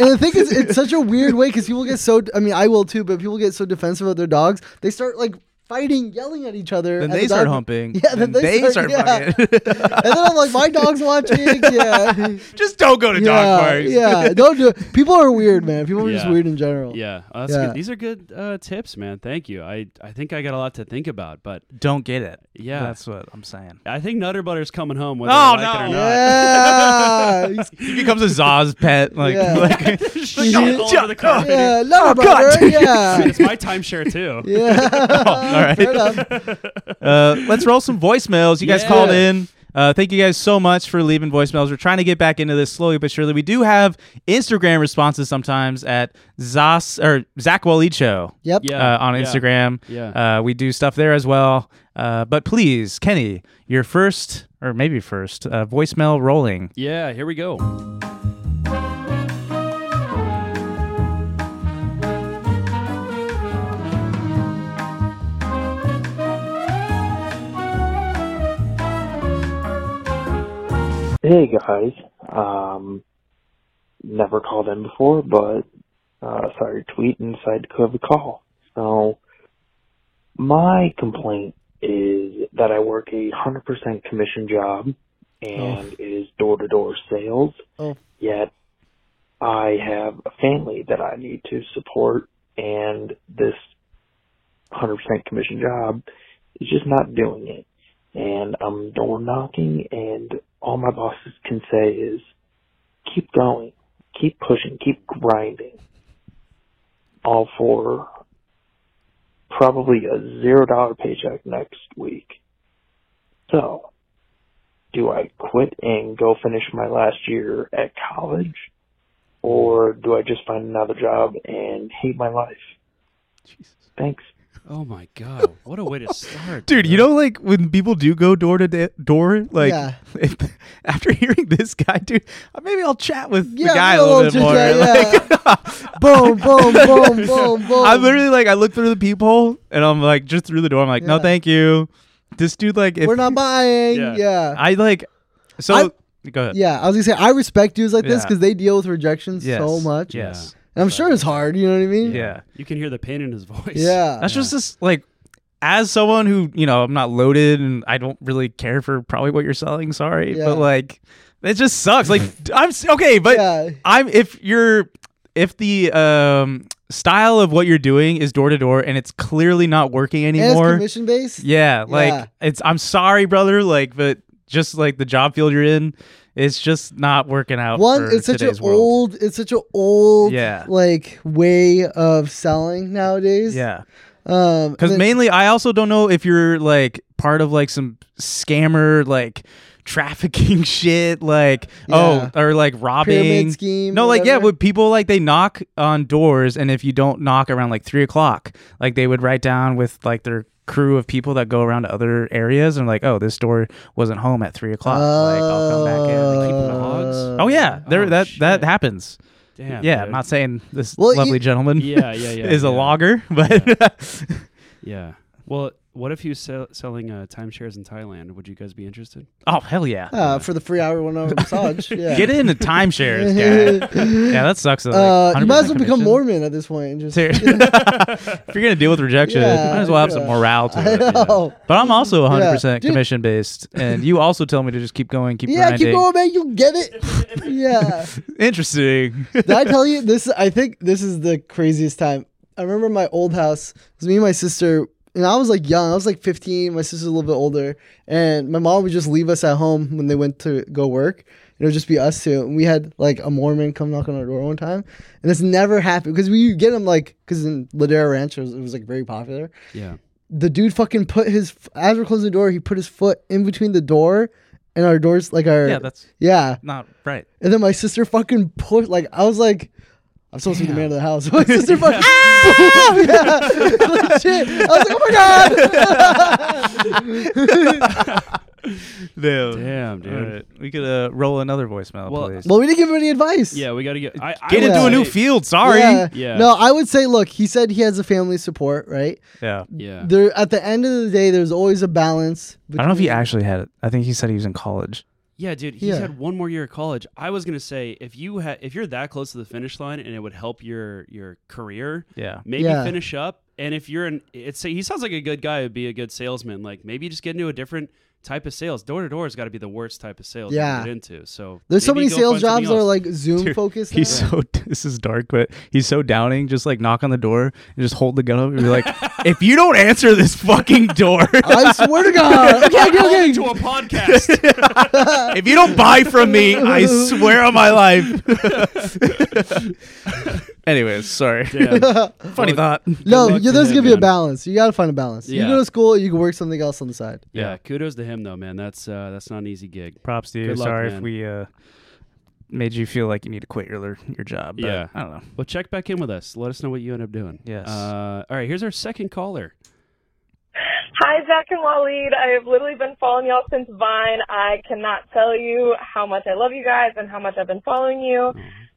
S1: and the thing is, it's such a weird way because people get so. I mean, I will too, but people get so defensive of their dogs. They start like fighting, yelling at each other.
S3: Then
S1: at
S3: they
S1: the
S3: start
S1: dog.
S3: humping.
S1: Yeah, then, they, start, yeah.
S3: fucking.
S1: and then I'm like, my dog's watching. Yeah.
S3: Just don't go to
S1: yeah,
S3: dog parks.
S1: yeah. Don't do. it. People are weird, man. People are just
S4: Yeah.
S1: weird in general.
S4: Yeah, oh, that's
S1: Yeah.
S4: Good. these are good uh, tips, man. Thank you. I, I think I got a lot to think about, but
S3: Don't get it.
S4: Yeah.
S3: That's what I'm saying.
S4: I think Nutter Butter's coming home whether
S3: Oh,
S4: I like it or
S3: no.
S4: not.
S1: Yeah. He's-
S3: He becomes a Zaz pet. Like,
S1: Yeah.
S3: like
S4: Just all over the carpet.
S1: yeah. Love her,
S3: Oh, God,
S1: brother.
S3: dude.
S1: Yeah.
S4: It's my timeshare too.
S1: Yeah.
S3: all right.
S1: Fair enough.
S3: uh, let's roll some voicemails. You guys
S4: Yeah.
S3: called in. Uh, thank you guys so much for leaving voicemails. We're trying to get back into this slowly but surely. We do have Instagram responses sometimes at Zas or Zach Walid Show
S1: Yep.
S4: Yeah,
S3: uh, on
S4: yeah.
S3: Instagram.
S4: Yeah.
S3: Uh, we do stuff there as well. Uh, but please, Kenny, your first or maybe first uh, voicemail rolling.
S4: Yeah, here we go.
S7: Hey guys, um, never called in before, but uh, sorry, tweet and decided to have a call. So my complaint is that I work a hundred percent commission job and it is door to door sales.
S1: Oh.
S7: Yet I have a family that I need to support, and this hundred percent commission job is just not doing it and I'm door knocking, and all my bosses can say is, keep going, keep pushing, keep grinding. All for probably a zero dollar paycheck next week. So, do I quit and go finish my last year at college? Or do I just find another job and hate my life? Thanks.
S4: Oh my god, what a way to start,
S3: Dude, you know, like when people do go door to da- door, like
S1: Yeah.
S3: if, after hearing this guy, dude, uh, maybe I'll chat with
S1: Yeah,
S3: the guy a
S1: we'll
S3: little bit
S1: just-
S3: more.
S1: yeah,
S3: Like,
S1: boom, boom, boom, boom, boom.
S3: I literally like I look through the peephole and I'm like just through the door. I'm like, no,
S1: Yeah.
S3: thank you. This dude, like, if
S1: We're not buying.
S4: Yeah.
S1: Yeah. Yeah.
S3: I like, so go ahead.
S1: I was gonna say I respect dudes like this
S3: Yeah.
S1: because they deal with rejection
S3: Yes.
S1: so much.
S3: Yes.
S1: And I'm sure it's hard. You know what I mean?
S3: yeah.
S4: You can hear the pain in his voice.
S1: Yeah.
S3: That's just this like as someone who, you know, I'm not loaded and I don't really care for probably what you're selling, sorry,
S1: Yeah.
S3: but like it just sucks. Like I'm s- okay, but
S1: Yeah.
S3: I'm if you're if the um style of what you're doing is door to door and it's clearly not working
S1: And it's
S3: anymore.
S1: commission based.
S3: Yeah, like
S1: Yeah.
S3: it's I'm sorry, brother, like but just like the job field you're in, it's just not working out.
S1: One,
S3: for
S1: it's such an
S3: today's world.
S1: old, it's such an old,
S3: Yeah.
S1: like way of selling nowadays.
S3: Yeah.
S1: Um,
S3: Because
S1: and-
S3: mainly, I also don't know if you're like part of like some scammer, like trafficking shit, like
S1: Yeah.
S3: oh, or like robbing.
S1: pyramid scheme.
S3: No,
S1: or
S3: like yeah,
S1: whatever.
S3: with people like they knock on doors, and if you don't knock around like three o'clock, like they would write down with like their crew of people that go around to other areas and like oh this door wasn't home at three o'clock like i'll come back in like, keep an eye-
S4: logs?
S1: Uh,
S3: oh yeah there
S4: Oh,
S3: that that
S4: shit.
S3: happens
S4: Damn.
S3: yeah i'm
S4: dude.
S3: not saying this
S1: Well,
S3: lovely
S1: you-
S3: gentleman
S4: Yeah, yeah, yeah,
S3: is a
S4: yeah.
S3: logger but
S4: Yeah. Well, what if you sell, selling uh, timeshares in Thailand? Would you guys be interested?
S3: oh hell yeah
S1: Uh, for the free hour one hour massage. Yeah.
S3: Get into timeshares, guy. yeah, that sucks. Like,
S1: Uh, you
S3: 100%
S1: might as well become
S3: commission.
S1: Mormon at this point. And just,
S3: Ser- if you're gonna deal with rejection,
S1: Yeah,
S3: might as well have some
S1: yeah.
S3: morale to
S1: I
S3: it.
S1: know.
S3: But I'm also 100 percent
S1: Dude.
S3: commission based, and you also tell me to just keep going, keep
S1: Yeah,
S3: grinding.
S1: keep going, man. You get it. yeah.
S3: Interesting.
S1: Did I tell you this? I think this is the craziest time. I remember my old house. It was me and my sister, and I was like young. I was like 15. My sister's a little bit older, and my mom would just leave us at home when they went to go work. and It would just be us two, and we had like a Mormon come knock on our door one time, and this never happened because we get them like because in Ladera Ranch it was, it was like very popular.
S4: Yeah.
S1: The dude fucking put his f- as we're closing the door, he put his foot in between the door and our doors, like our
S3: yeah, that's
S1: yeah.
S3: not right.
S1: And then my sister fucking pushed, like, I was like, I'm supposed to be the man of the house. My sister fucking, ah! yeah, legit. I was like, oh my God.
S3: Damn.
S4: Damn, dude.
S3: All right. We could uh, roll another voicemail,
S4: Well,
S3: please.
S1: well, we didn't give him any advice.
S4: Yeah, we got to get. I, I
S3: Get
S4: would
S3: into a
S4: say-
S3: new field. Sorry.
S1: Yeah.
S4: Yeah.
S1: No, I would say, look, he said he has a family support, right?
S3: Yeah.
S4: Yeah.
S1: There, at the end of the day, there's always a balance.
S3: I don't know if he
S1: between-
S3: actually had it. I think he said he was in college.
S4: Yeah, dude, he's
S1: Yeah.
S4: had one more year of college. I was gonna say if you had if you're that close to the finish line and it would help your your career,
S3: Yeah.
S4: maybe
S1: Yeah.
S4: finish up. And if you're an, it's he sounds like a good guy who'd be a good salesman. Like maybe just get into a different type of sales. Door to door has got to be the worst type of sales
S1: Yeah.
S4: you can get into. So
S1: There's so
S4: maybe
S1: many
S4: go
S1: sales
S4: find something
S1: jobs that are
S4: else.
S1: like Zoom
S3: Dude,
S1: focused.
S3: He's
S1: now.
S3: so this is dark, but he's so downing. Just like knock on the door and just hold the gun up and be like, "If you don't answer this fucking door,
S1: I swear to God. Okay, okay, okay.
S4: to a podcast.
S3: if you don't buy from me, I swear on my life." Anyways, sorry. Funny thought.
S1: No,
S4: luck
S1: yeah,
S4: to
S1: there's
S4: him,
S1: gonna be a
S4: man.
S1: balance. You gotta find a balance.
S4: Yeah.
S1: You go to school, you can work something else on the side.
S4: yeah, kudos to him him though, man. That's uh, that's not an easy gig.
S3: Props to you.
S4: Good luck,
S3: Sorry if
S4: man.
S3: we uh, made you feel like you need to quit your your job. But
S4: Yeah.
S3: I don't know.
S4: Well, check back in with us. Let us know what you end up doing.
S3: Yes.
S4: Uh, all right. Here's our second caller.
S8: Hi, Zach and Waleed. I have literally been following y'all since Vine. I cannot tell you how much I love you guys and how much I've been following you.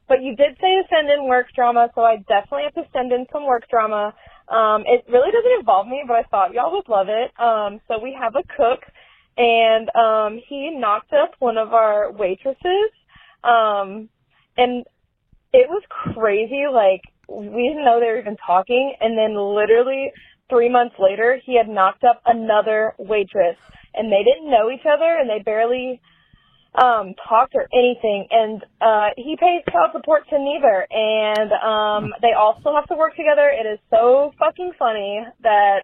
S8: But you did say to send in work drama, so I definitely have to send in some work drama. Um, it really doesn't involve me, but I thought y'all would love it. Um, so we have a cook, and um, he knocked up one of our waitresses, um, and it was crazy. Like we didn't know they were even talking, and then literally three months later, he had knocked up another waitress, and they didn't know each other, and they barely um talked or anything and uh he pays child support to neither and um they all still have to work together it is so fucking funny that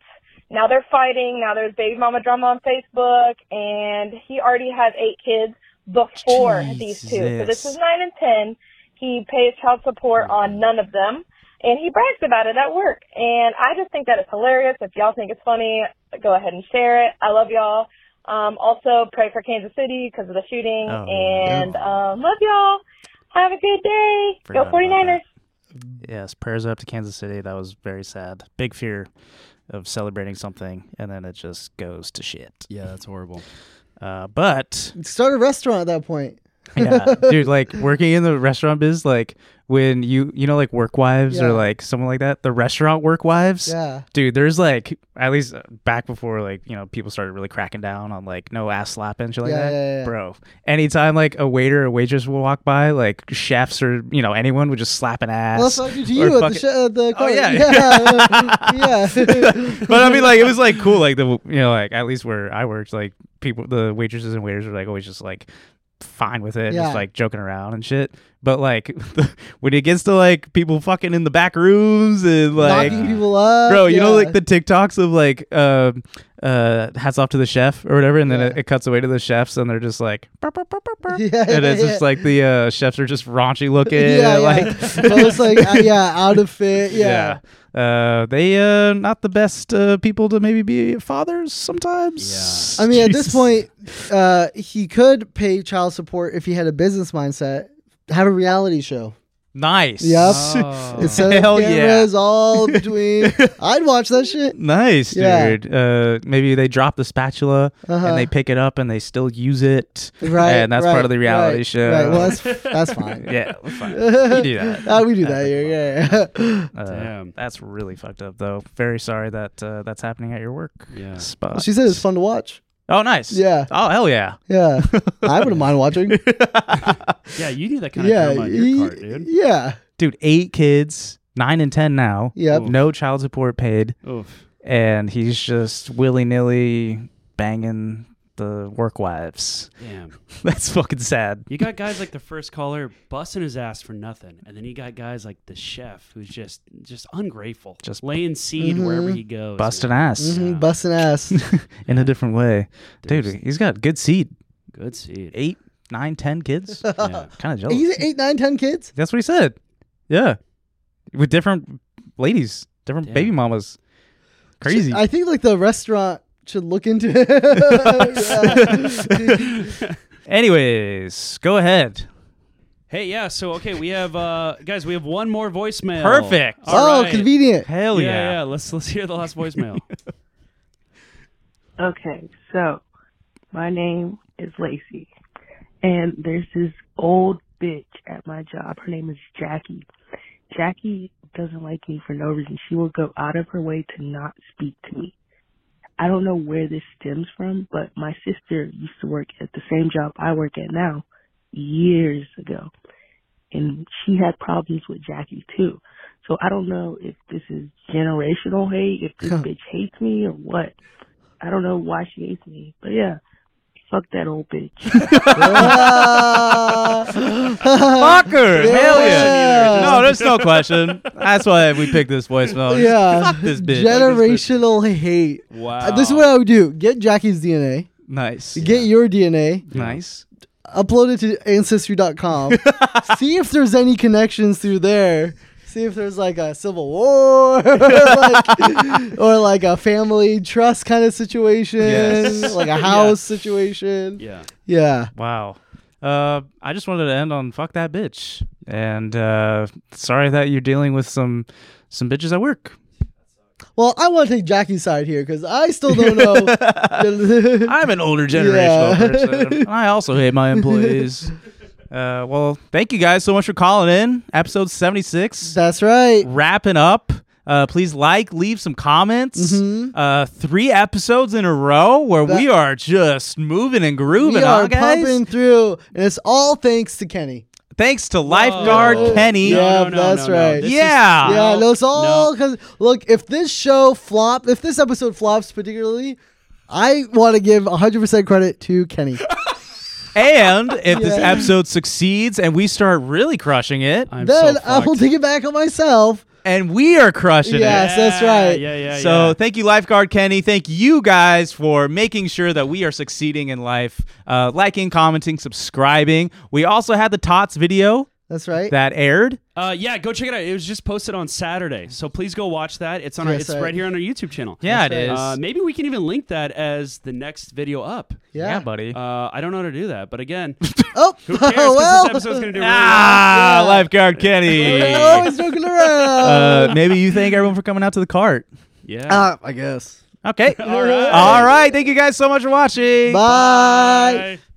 S8: now they're fighting now there's baby mama drama on facebook and he already has eight kids before these two so this
S3: Jesus.
S8: is nine and ten he pays child support on none of them and he brags about it at work and i just think that it's hilarious if y'all think it's funny go ahead and share it i love y'all um, also, pray for Kansas City because of the shooting.
S3: Oh, yeah.
S8: and um, love y'all. Have a good day.
S3: Forgot
S8: Go
S3: about
S8: 49ers.
S3: Yes, prayers up to Kansas City. That was very sad. Big fear of celebrating something and then it just goes to shit.
S4: Yeah, that's horrible.
S3: Uh, but
S1: Start a restaurant at that point.
S3: yeah, dude, like working in the restaurant biz, like when you you know like work wives
S1: Yeah.
S3: or like someone like that, the restaurant work wives.
S1: Yeah.
S3: Dude, there's like at least uh, back before like you know people started really cracking down on like no ass slapping and shit like
S1: Yeah,
S3: that,
S1: yeah, yeah.
S3: bro. Anytime like a waiter or waitress would walk by, like chefs or you know anyone would just slap an ass.
S1: Well, that's what I did to
S3: or
S1: you at the,
S3: fucking-
S1: sh- at the car.
S3: yeah.
S1: yeah. yeah.
S3: but I mean, like it was like cool, like the you know, like at least where I worked, like people, the waitresses and waiters were like always just like fine with it,
S1: Yeah.
S3: just like joking around and shit. But like when it gets to like people fucking in the back rooms and like.
S1: Knocking people up.
S3: Bro, you know
S1: yeah.
S3: like the TikToks of like uh, uh, hats off to the chef or whatever, and then it,
S1: Yeah.
S3: it cuts away to the chefs, and they're just like, "Burp, burp, burp, burp, burp,"
S1: Yeah,
S3: and it's
S1: yeah,
S3: just
S1: yeah.
S3: like the uh, chefs are just raunchy looking,
S1: yeah, yeah.
S3: like
S1: But it's like uh, yeah, out of fit. Yeah.
S3: Uh, they uh not the best uh, people to maybe be fathers sometimes.
S1: I mean, at this
S3: Jesus.
S1: point, uh, he could pay child support if he had a business mindset. Have a reality show.
S3: nice.
S1: Yep.
S4: Oh.
S1: It's set
S3: Oh. Hell
S1: up
S3: yeah.
S1: cameras all between. I'd watch that shit.
S3: Nice,
S1: Yeah.
S3: dude. Uh, maybe they drop the spatula
S1: Uh-huh.
S3: and they pick it up and they still use it.
S1: Right.
S3: and that's
S1: right,
S3: part of the reality
S1: right,
S3: show.
S1: Right. Well, that's that's fine.
S3: yeah, fine. You do that.
S1: Uh, we do that here. Yeah. yeah.
S3: Uh,
S4: Damn.
S3: that's really fucked up, though. Very sorry that uh, that's happening at your work.
S4: Yeah.
S3: spot.
S1: Well, she said it's fun to watch.
S3: Oh, nice.
S1: Yeah.
S3: Oh, hell yeah.
S1: Yeah. I wouldn't mind watching.
S4: Yeah, you need that kind of
S1: yeah.
S4: drama on your
S1: y-
S4: cart, dude.
S1: Yeah.
S3: dude, eight kids, nine and ten now.
S1: Yep.
S3: No child support paid,
S4: Oof.
S3: and he's just willy nilly banging the work wives.
S4: Damn.
S3: That's fucking sad.
S4: You got guys like the first caller busting his ass for nothing, and then you got guys like the chef who's just just ungrateful,
S3: Just
S4: laying seed wherever he goes.
S3: Busting ass
S1: Mhm, Busting ass.
S3: in a different way,
S4: There's-
S3: dude. He's got good seed.
S4: Good seed.
S3: Eight, nine, ten kids.
S4: Yeah.
S3: kind of jealous.
S1: He's eight, nine, ten kids.
S3: That's what he said. Yeah, with different ladies, different
S4: Damn.
S3: baby mamas. Crazy.
S1: I think like the restaurant should look into it. Yeah.
S3: Anyways, go ahead.
S4: Hey, yeah. So okay, we have uh guys. We have one more voicemail.
S3: Perfect.
S1: oh,
S4: All right.
S1: convenient.
S3: Hell
S4: Yeah, yeah, Let's let's hear the last voicemail.
S9: Okay, so my name is Lacey, and there's this old bitch at my job. Her name is Jackie. Jackie doesn't like me for no reason. She will go out of her way to not speak to me. I don't know where this stems from, but my sister used to work at the same job I work at now years ago. And she had problems with Jackie too. So I don't know if this is generational hate, if this bitch hates me or what. I don't know why she hates me, but yeah, fuck that old bitch.
S3: Fucker! Hell yeah!
S1: Yeah.
S3: No, there's no question. That's why we picked this voicemail.
S1: yeah.
S3: Fuck this bitch.
S1: Generational hate.
S4: wow.
S1: Uh, this is what I would do. Get Jackie's DNA.
S3: Nice.
S1: Get your DNA.
S3: Nice.
S1: Upload it to ancestry.com. see if there's any connections through there. see if there's like a civil war like- or like a family trust kind of situation,
S3: Yes.
S1: like a
S3: Yeah.
S1: house situation.
S4: Yeah.
S1: Yeah.
S3: Wow. Uh, I just wanted to end on fuck that bitch, and uh, sorry that you're dealing with some some bitches at work.
S1: Well, I want to take Jackie's side here because I still don't know.
S3: I'm an older generational
S1: Yeah.
S3: person, and I also hate my employees. Uh, well, thank you guys so much for calling in. Episode 76,
S1: That's right.
S3: wrapping up. Uh, please like, leave some comments. Uh, three episodes in a row where we
S1: Mm-hmm. That-
S3: are just moving and grooving,
S1: We
S3: huh,
S1: are
S3: guys.
S1: pumping through, and it's all thanks to Kenny.
S3: Thanks to lifeguard
S4: Oh.
S1: Whoa.
S3: Kenny.
S1: Yeah. that's right.
S4: This is-
S3: Yeah.
S1: yeah, no, it's
S4: no.
S1: all because look, if this show flop, if this episode flops particularly, I want to give 100 percent credit to Kenny.
S3: And if this
S1: Yeah.
S3: episode succeeds and we start really crushing it,
S4: I'm
S1: then
S4: so
S1: I will
S4: fucked.
S1: take it back on myself.
S3: and we are crushing it.
S1: Yes, that's right.
S4: Yeah, yeah, yeah.
S3: so thank you, lifeguard Kenny. Thank you guys for making sure that we are succeeding in life. Uh, liking, commenting, subscribing. We also had the Tots video
S1: That's right.
S3: that aired.
S4: Uh, yeah, go check it out. It was just posted on Saturday, so please go watch that. It's on our,
S1: Yes,
S4: it's
S1: I-
S4: right here on our YouTube channel.
S3: Yeah, it is.
S4: Uh, maybe we can even link that as the next video up.
S1: yeah.
S3: buddy.
S4: Uh, I don't know how to do that, but again,
S1: oh,
S4: who cares? 'Cause this episode's gonna do really
S3: ah,
S1: Yeah.
S3: lifeguard Kenny.
S1: We're always joking around.
S3: Uh, maybe you thank everyone for coming out to the cart.
S4: well. Yeah.
S1: Ah, I guess.
S3: Okay.
S4: All right.
S3: All right. Thank you guys so much for watching.
S1: Bye.
S4: Bye.